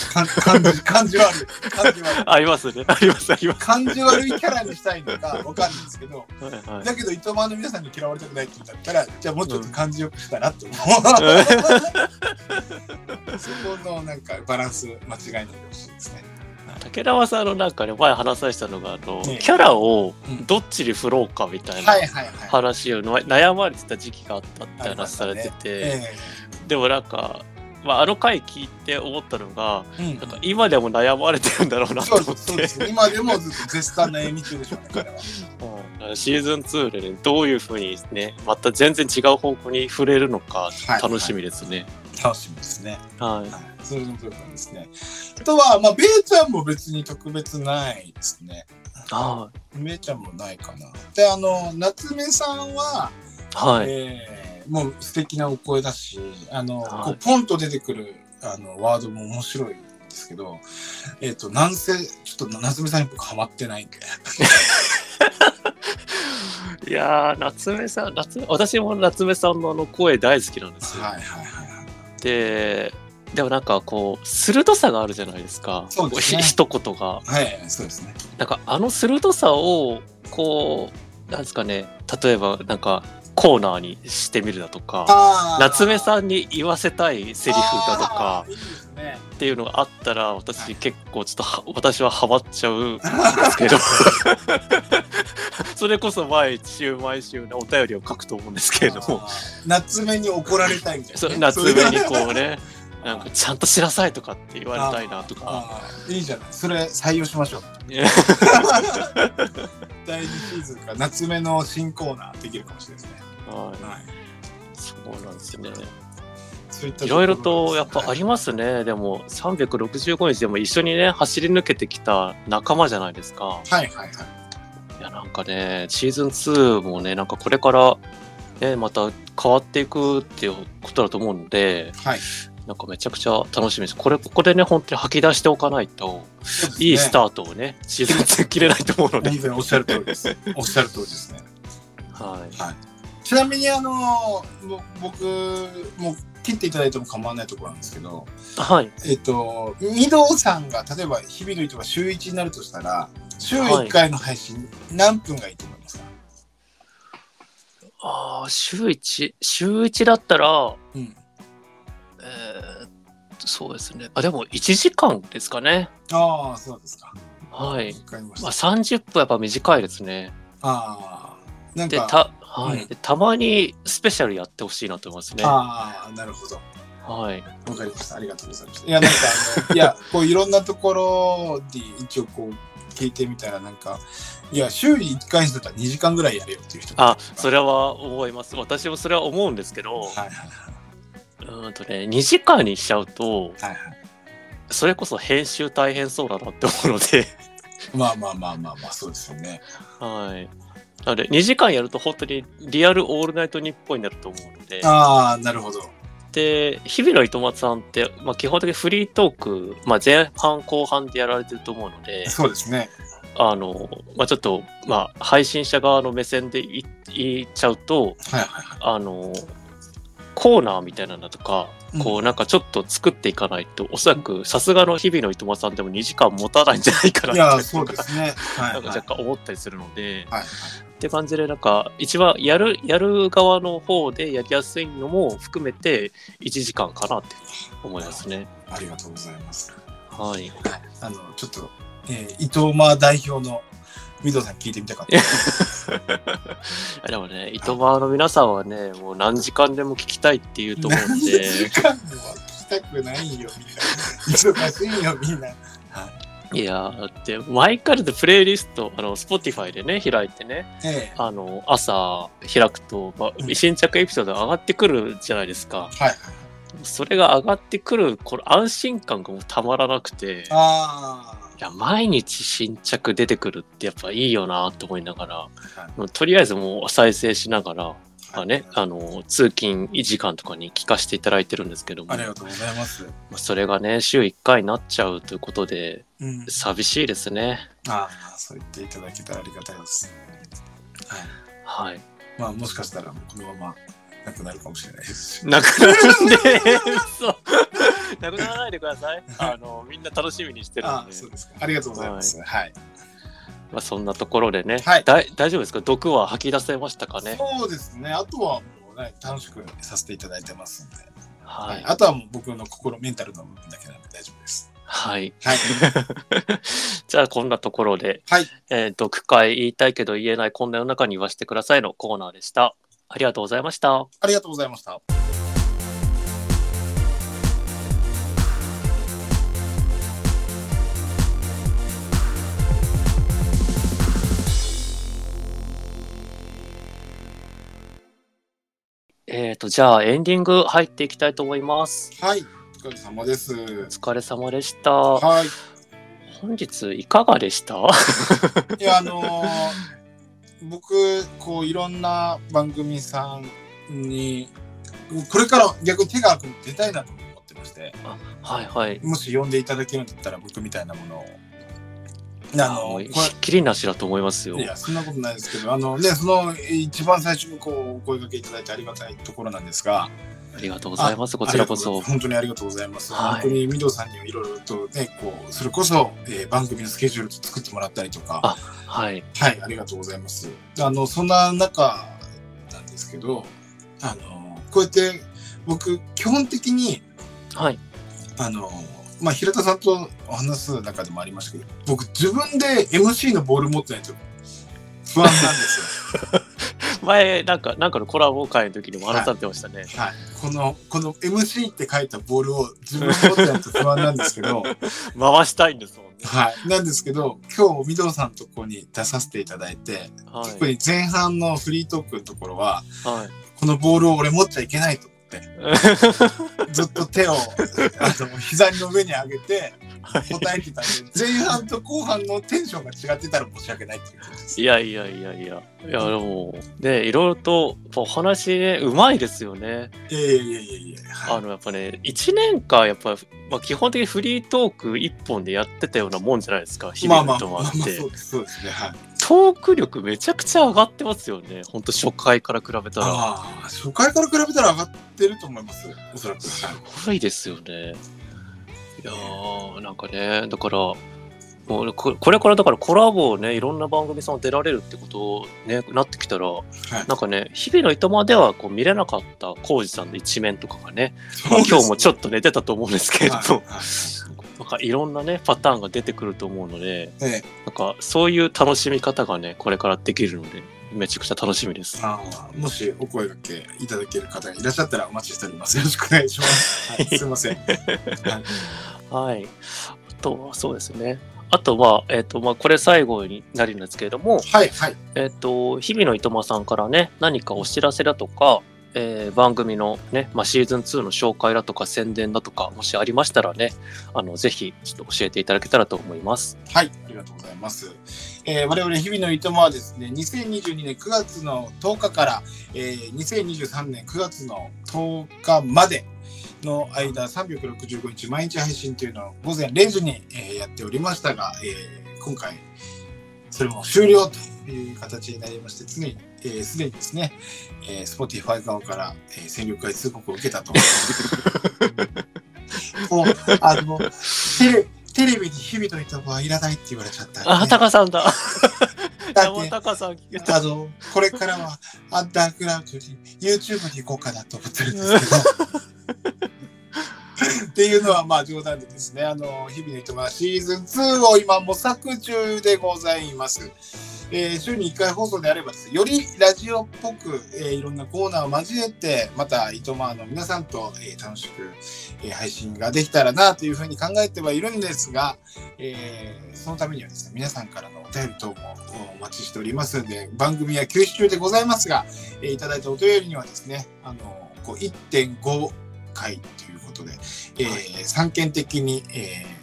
Speaker 1: [LAUGHS]
Speaker 4: か感じ感じ悪い感じ悪い
Speaker 1: ありますね。あります、あります。
Speaker 4: 感じ悪いキャラにしたいのか分かるんですけど
Speaker 1: はいはい
Speaker 4: だけど糸満の皆さんに嫌われたくないって言うんだったらじゃあもうちょっと感じよくした
Speaker 1: [LAUGHS]
Speaker 4: らと思うそこのなんかバランス間違いないでほしいですね。
Speaker 1: 竹縄さんのなんかね前話させたのがあの、
Speaker 4: ね
Speaker 1: キャラを
Speaker 4: うん
Speaker 1: どっちに振ろうかみたいな
Speaker 4: はいはいはい
Speaker 1: 話をの悩まれてた時期があったって
Speaker 4: ありま
Speaker 1: 話
Speaker 4: し
Speaker 1: さ
Speaker 4: た
Speaker 1: れ
Speaker 4: ね
Speaker 1: てて、
Speaker 4: え
Speaker 1: でもなんか、まあ、あの回聞いて思ったのが
Speaker 4: えうん
Speaker 1: なんか今でも悩まれてるんだろうなと
Speaker 4: そ
Speaker 1: 思
Speaker 4: うで
Speaker 1: っ
Speaker 4: すそうで
Speaker 1: て
Speaker 4: す今でもずっと絶賛の演技中でしょうね彼は。
Speaker 1: うんシーズン2でねどういうふうにねまた全然違う方向に触れるのか
Speaker 4: はい
Speaker 1: 楽しみですね。
Speaker 4: 楽しみですね。
Speaker 1: はい
Speaker 4: はい、それの部分ですね。あとは、まあ、ベイちゃんも別に特別ないですね。
Speaker 1: は
Speaker 4: ベイちゃんもないかな。で、あの、夏目さんは、
Speaker 1: いはい
Speaker 4: えーもう素敵なお声だし、あの、
Speaker 1: はい
Speaker 4: こうポンと出てくるあのワードも面白いんですけど、えっ、と、なんせ、ちょっと夏目さんに僕ハマってないんで。
Speaker 1: いやー夏目さん夏目私も夏目さんのあの声大好きなんですよ。
Speaker 4: はいはいはいはい。
Speaker 1: ででもなんかこう鋭さがあるじゃないですか
Speaker 4: そうですね
Speaker 1: ひ一言が
Speaker 4: はい、そうですね。
Speaker 1: なんかあの鋭さをこうなんですかね例えばなんかコーナーにしてみるだとか
Speaker 4: あー
Speaker 1: 夏目さんに言わせたいセリフだと
Speaker 4: あ
Speaker 1: か
Speaker 4: ーいいですね。
Speaker 1: っていうのがあったら私結構ちょっとは私はハマっちゃうんですけど
Speaker 4: [LAUGHS]
Speaker 1: それこそ毎週毎週のお便りを書くと思うんですけれども
Speaker 4: あー夏目に怒られたいみたい
Speaker 1: そ
Speaker 4: なね、
Speaker 1: 夏目にこう
Speaker 4: ね。
Speaker 1: ねなんかちゃんとしなさいとかって言われたいなとか。
Speaker 4: あーいいじゃない。それ採用しましょう。
Speaker 1: [LAUGHS] ね
Speaker 4: 第2シーズンから夏目の新コーナーできるかもしれないですね。
Speaker 1: は
Speaker 4: はい。
Speaker 1: い、そうなんですよね。
Speaker 4: そういった
Speaker 1: い
Speaker 4: とこ
Speaker 1: ろ
Speaker 4: ろ
Speaker 1: いろとやっぱありますね。でも365日でも一緒にね走り抜けてきた仲間じゃないですか。
Speaker 4: はいはいはい。
Speaker 1: いやなんかねシーズン2もねなんかこれからねまた変わっていくっていうことだと思うので、
Speaker 4: はい。
Speaker 1: なんかめちゃくちゃ楽しみです。これここでね本当に吐き出しておかないと、いいス
Speaker 4: ー
Speaker 1: タートをねシーズン2切れないと思うので。
Speaker 4: 本当におっしゃる通りです。おっしゃる通りですね。
Speaker 1: はい。
Speaker 4: ちなみにあのぼ僕もう切っていただいても構わないところなんですけど、
Speaker 1: はい。
Speaker 4: えっと二堂さんが例えば日々の糸が週一になるとしたら、週一回の配信何分がいいと思いますか。
Speaker 1: ああ週一週一だったら。
Speaker 4: うん。
Speaker 1: えーそうですね。あ、でも1時間ですかね。
Speaker 4: ああそうですか。
Speaker 1: はい。
Speaker 4: わかりまし
Speaker 1: まあ、
Speaker 4: た。
Speaker 1: 30分やっぱ短いですね。
Speaker 4: ああなん
Speaker 1: で、
Speaker 4: か。
Speaker 1: た、はい。
Speaker 4: うん
Speaker 1: でたまにスペシャルやってほしいなと思いますね。は
Speaker 4: ああなるほど。
Speaker 1: い。
Speaker 4: わかりました。ありがとうございました。いや、なんか、あ
Speaker 1: [LAUGHS]
Speaker 4: のいや、こういろんなところで一応こう聞いてみたら、なんか、いや、週に1回にしたら2時間ぐらいやれよっていう人
Speaker 1: あ、そ
Speaker 4: れ
Speaker 1: れは思います。私もそれは思うんですけど、
Speaker 4: はいは
Speaker 1: うーんとね、2時間にしちゃうと、
Speaker 4: いはいはい。
Speaker 1: それこそ編集大変そうだなって思うので、 [LAUGHS]
Speaker 4: まあまあまあまあまあ、そうですよね。
Speaker 1: はい。なので、2時間やると本当にリアルオールナイト日本になると思うので、
Speaker 4: ああ、なるほど。
Speaker 1: で日々の糸松さんって、まあ、基本的にフリートーク、まあ、前半後半でやられてると思うので
Speaker 4: そうですね。
Speaker 1: あの、まあ、ちょっと、まあ、配信者側の目線でい言っちゃうと
Speaker 4: はいはいはい。
Speaker 1: あのコーナーみたいなのとか
Speaker 4: うん
Speaker 1: こうなんかちょっと作っていかないと、おそらくさすがの日々の糸松さんでも2時間持たないんじゃないか
Speaker 4: い
Speaker 1: な
Speaker 4: や、
Speaker 1: って
Speaker 4: そうですね。はい
Speaker 1: な
Speaker 4: は
Speaker 1: んか
Speaker 4: い。はい
Speaker 1: 若干思ったりするので、
Speaker 4: はい
Speaker 1: って感じでなんか一番やるやる側の方でやりやすいのも含めて1時間かなって思いますね。
Speaker 4: ありがとうございます。
Speaker 1: はい。
Speaker 4: はい。あの、ちょっと、えー伊藤間代表の水戸さん聞いてみたかった。
Speaker 1: でもね、糸満の皆さんはね、もう何時間でも聞きたいっていうと
Speaker 4: [LAUGHS]
Speaker 1: 思うん
Speaker 4: 何
Speaker 1: で、
Speaker 4: 時間も聞きたくないよみんな忙しいよみんな、は
Speaker 1: いやーだって毎回でプレイリストあの Spotify でね開いてね
Speaker 4: ええ
Speaker 1: あの朝開くと、まあ新着エピソード上がってくるじゃないですか
Speaker 4: はいはい。
Speaker 1: それが上がってくるこの安心感がもうたまらなくてい
Speaker 4: あ
Speaker 1: や毎日新着出てくるってやっぱいいよなと思いながら
Speaker 4: あ。はい
Speaker 1: とりあえずもう再生しながら、まあね、あの通勤時間とかに聞かせていただいてるんですけども
Speaker 4: ありがとうございます。
Speaker 1: まあそれがね週1回になっちゃうということで
Speaker 4: うん。
Speaker 1: 寂しいですね。
Speaker 4: ああ、そう言っていただけたらありがたいです。はい。
Speaker 1: はい、
Speaker 4: まあ、もしかしたら、このまま、なくなるかもしれないですし。
Speaker 1: なくな [LAUGHS] るんで嘘なくならないでくださいあのみんな楽しみにしてるんで
Speaker 4: ああ、そうですか。ありがとうございます。はい。
Speaker 1: まあ、そんなところでね、
Speaker 4: はい
Speaker 1: だい大丈夫ですか毒は吐き出せましたかね
Speaker 4: そうですね。あとは、もうね、楽しくさせていただいてますんで。
Speaker 1: はい
Speaker 4: あとはもう僕の心、メンタルの部分だけなんで大丈夫です。
Speaker 1: はい [LAUGHS]
Speaker 4: はい。
Speaker 1: じゃあこんなところで、
Speaker 4: はい。
Speaker 1: えー毒会言いたいけど言えないこんな世の中に言わせてくださいのコーナーでしたありがとうございました
Speaker 4: ありがとうございました。
Speaker 1: えーとじゃあエンディング入っていきたいと思います
Speaker 4: はい。お疲れ様です。
Speaker 1: お疲れ様でした
Speaker 4: はい。
Speaker 1: 本日いかがでした
Speaker 4: いやあのー僕こういろんな番組さんにこれから逆に手が空くの出たいなと思ってまして
Speaker 1: [LAUGHS] はいはい
Speaker 4: もし呼んでいただけるんだったら僕みたいなものを。あ
Speaker 1: あ
Speaker 4: の
Speaker 1: のひ
Speaker 4: ー
Speaker 1: っ
Speaker 4: こ
Speaker 1: きりなしだと思いますよ
Speaker 4: れいやそんなことないですけどあのねその一番最初にこうお声掛けいただいてありがたいところなんですが
Speaker 1: ありがとうございますこちらこそ
Speaker 4: ありがとうございます本当にありがとうございます、
Speaker 1: はい
Speaker 4: 本当にミドさんにはいろいろとねこうそれこそ、えー番組のスケジュール作ってもらったりとか
Speaker 1: あはい
Speaker 4: はい、ありがとうございます。あの、そんな中なんですけど、あの、こうやって、僕、基本的に、
Speaker 1: はい
Speaker 4: あの、まあ、平田さんとお話す中でもありましたけど、僕、自分で MC のボール持ってないと不安なん [LAUGHS] です
Speaker 1: 前なんかなんかのコラボ会の時にも話されてましたね、
Speaker 4: よ。はい。この、この MC って書いたボールを自分で持ってないと不安なんですけ [LAUGHS] ど、
Speaker 1: 回したいんですもんね、
Speaker 4: はい。なんですけど、今日、みどさんのとこに出させていただいて、
Speaker 1: はい
Speaker 4: 特に前半のフリートークのところは、
Speaker 1: はい、
Speaker 4: このボールを俺持っちゃいけないと思って、ずっと手をあの膝の上に上げて答えてたんで前半と後半のテンションが違ってたら申し訳ないっていう感じで
Speaker 1: [LAUGHS]
Speaker 4: す
Speaker 1: い。やいやいやいやいやでもねいろいろとやっぱお話ねうまいですよね
Speaker 4: いやいやいやいやいや、は
Speaker 1: あのやっぱね1年間やっぱ、まあ、基本的にフリートーク1本でやってたようなもんじゃないですか
Speaker 4: い、
Speaker 1: 日
Speaker 4: まあ
Speaker 1: 々の
Speaker 4: まあ
Speaker 1: と
Speaker 4: ま
Speaker 1: も
Speaker 4: あま
Speaker 1: あ
Speaker 4: あ
Speaker 1: って、
Speaker 4: そうそうですねはい
Speaker 1: トーク力めちゃくちゃ上がってますよねほんと初回から比べたら
Speaker 4: ああ初回から比べたら上がってると思いますおそらく
Speaker 1: す
Speaker 4: はい
Speaker 1: ごいですよね。いやーなんかねだからもうここれからだからコラボをねいろんな番組さん出られるってことねなってきたらなんかね日々の糸まではこう見れなかった浩二さんの一面とかがねまあ今日もちょっとね出たと思うんですけれど、
Speaker 4: はいはい
Speaker 1: なんかいろんなねパターンが出てくると思うので
Speaker 4: ええ
Speaker 1: なんかそういう楽しみ方がねこれからできるのでめちゃくちゃ楽しみです。
Speaker 4: ああもしお声掛けいただける方がいらっしゃったらお待ちしておりますよろしくお願いします、はい、
Speaker 1: [LAUGHS]
Speaker 4: すいません
Speaker 1: はい。あとはそうですね。あとは、えっ、と、まあ、これ最後になるんですけれども、
Speaker 4: はいはい
Speaker 1: えっ、と、日々のいとまさんからね、何かお知らせだとか、えー番組のね、まあ、シーズン2の紹介だとか宣伝だとか、もしありましたらね、あの、ぜひ、ちょっと教えていただけたらと思います。
Speaker 4: はい、ありがとうございます。えー我々日々のいともはですね、2022年9月の10日から、えー2023年9月の10日までの間、365日毎日配信というのを午前0時に、えーやっておりましたが、えー今回、それも終了という形になりまして、常に、えーすでにですね、えー Spotify 側から、えー戦力外通告を受けたと。もう、あの、テレテレビに日々のいともはいらないって言われちゃったんで、
Speaker 1: あ、タカさ
Speaker 4: [LAUGHS]
Speaker 1: んだ。
Speaker 4: だ
Speaker 1: 山
Speaker 4: って
Speaker 1: タカさん聞けた。
Speaker 4: あの、これからはアンダーグラウンドに YouTube に行こうかなと思ってるんです [LAUGHS] けど。っていうのはまあ冗談でですね、あの、日々の人はシーズン2を今模索中でございます。えー週に1回放送であればですね、よりラジオっぽく、えーいろんなコーナーを交えて、また、いとまの皆さんと、えー楽しく、えー配信ができたらなというふうに考えてはいるんですが、えーそのためにはですね、皆さんからのお便り等もお待ちしておりますので、番組は休止中でございますが、えーいただいたお便りにはですね、あのこう1.5回ということで、えー散見的に、えー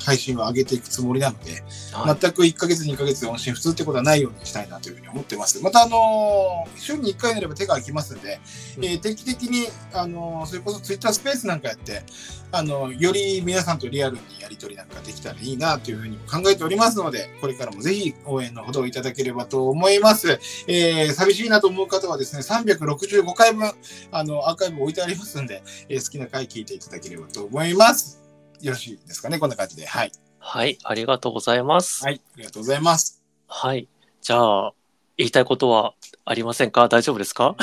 Speaker 4: 配信を上げていくつもりなので、
Speaker 1: はい。
Speaker 4: 全く1ヶ月、2ヶ月で音信不通ってことはないようにしたいなというふうに思ってます。また、あのー週に1回なれば手が空きますんで、
Speaker 1: うん
Speaker 4: えー定期的に、あのーそれこそツイッタースペースなんかやって、あのーより皆さんとリアルにやり取りなんかできたらいいなというふうにも考えておりますので、これからもぜひ応援のほどいただければと思います。えー寂しいなと思う方はですね、365回分、あの、アーカイブ置いてありますんで、えー好きな回聞いていただければと思います。よろしいですかね、こんな感じで。はい。
Speaker 1: はい。ありがとうございます。
Speaker 4: はい、ありがとうございます。
Speaker 1: はい。じゃあ、言いたいことはありませんか大丈夫ですか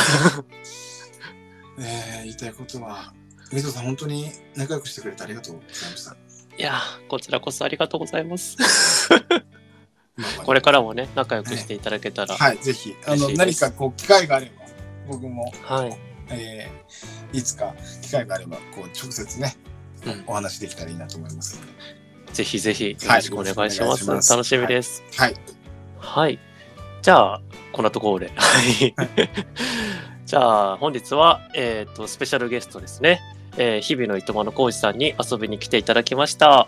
Speaker 4: えー言いたいことは、水戸さん、本当に仲良くしてくれてありがとうございました。
Speaker 1: いやー、こちらこそありがとうございます。
Speaker 4: [LAUGHS] まあまあ
Speaker 1: これからもね、仲良くしていただけたら。
Speaker 4: はい、ぜひ、あ
Speaker 1: 嬉
Speaker 4: の
Speaker 1: しいで
Speaker 4: 何
Speaker 1: す
Speaker 4: かこう機会があれば、僕も、
Speaker 1: はい。
Speaker 4: えーいつか機会があれば、こう直接ね、
Speaker 1: うん
Speaker 4: お話できたらいいなと思いますので。
Speaker 1: ぜひぜひ、よ
Speaker 4: はい
Speaker 1: ろしくお願いし
Speaker 4: よろ
Speaker 1: ま
Speaker 4: し
Speaker 1: す。
Speaker 4: くお願いします
Speaker 1: 楽しみです。
Speaker 4: はい、
Speaker 1: はい。じゃあ、こんなところで。はい。じゃあ、本日は、えっ、と、スペシャルゲストですね。えー日々のいとまのこうじさんに遊びに来ていただきました。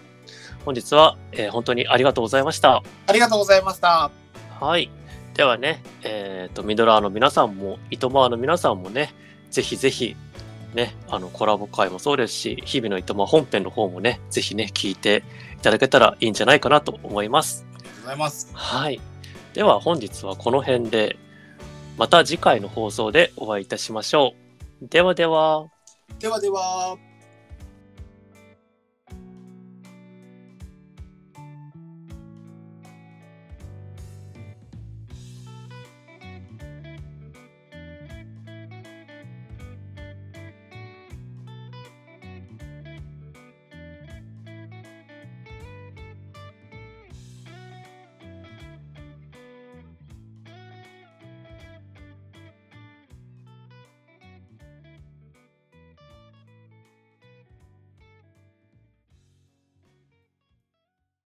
Speaker 1: 本日は、えー本当にありがとうございました。
Speaker 4: ありがとうございました。
Speaker 1: はい。ではね、えっ、と、ミドラーの皆さんも、いとまーの皆さんもね、ぜひぜひ、ね、あの、コラボ会もそうですし、日々のいとま本編の方もね、ぜひね、聞いていただけたらいいんじゃないかなと思います。
Speaker 4: ありがとうございます。
Speaker 1: はい。では本日はこの辺で、また次回の放送でお会いいたしましょう。ではでは。
Speaker 4: ではでは。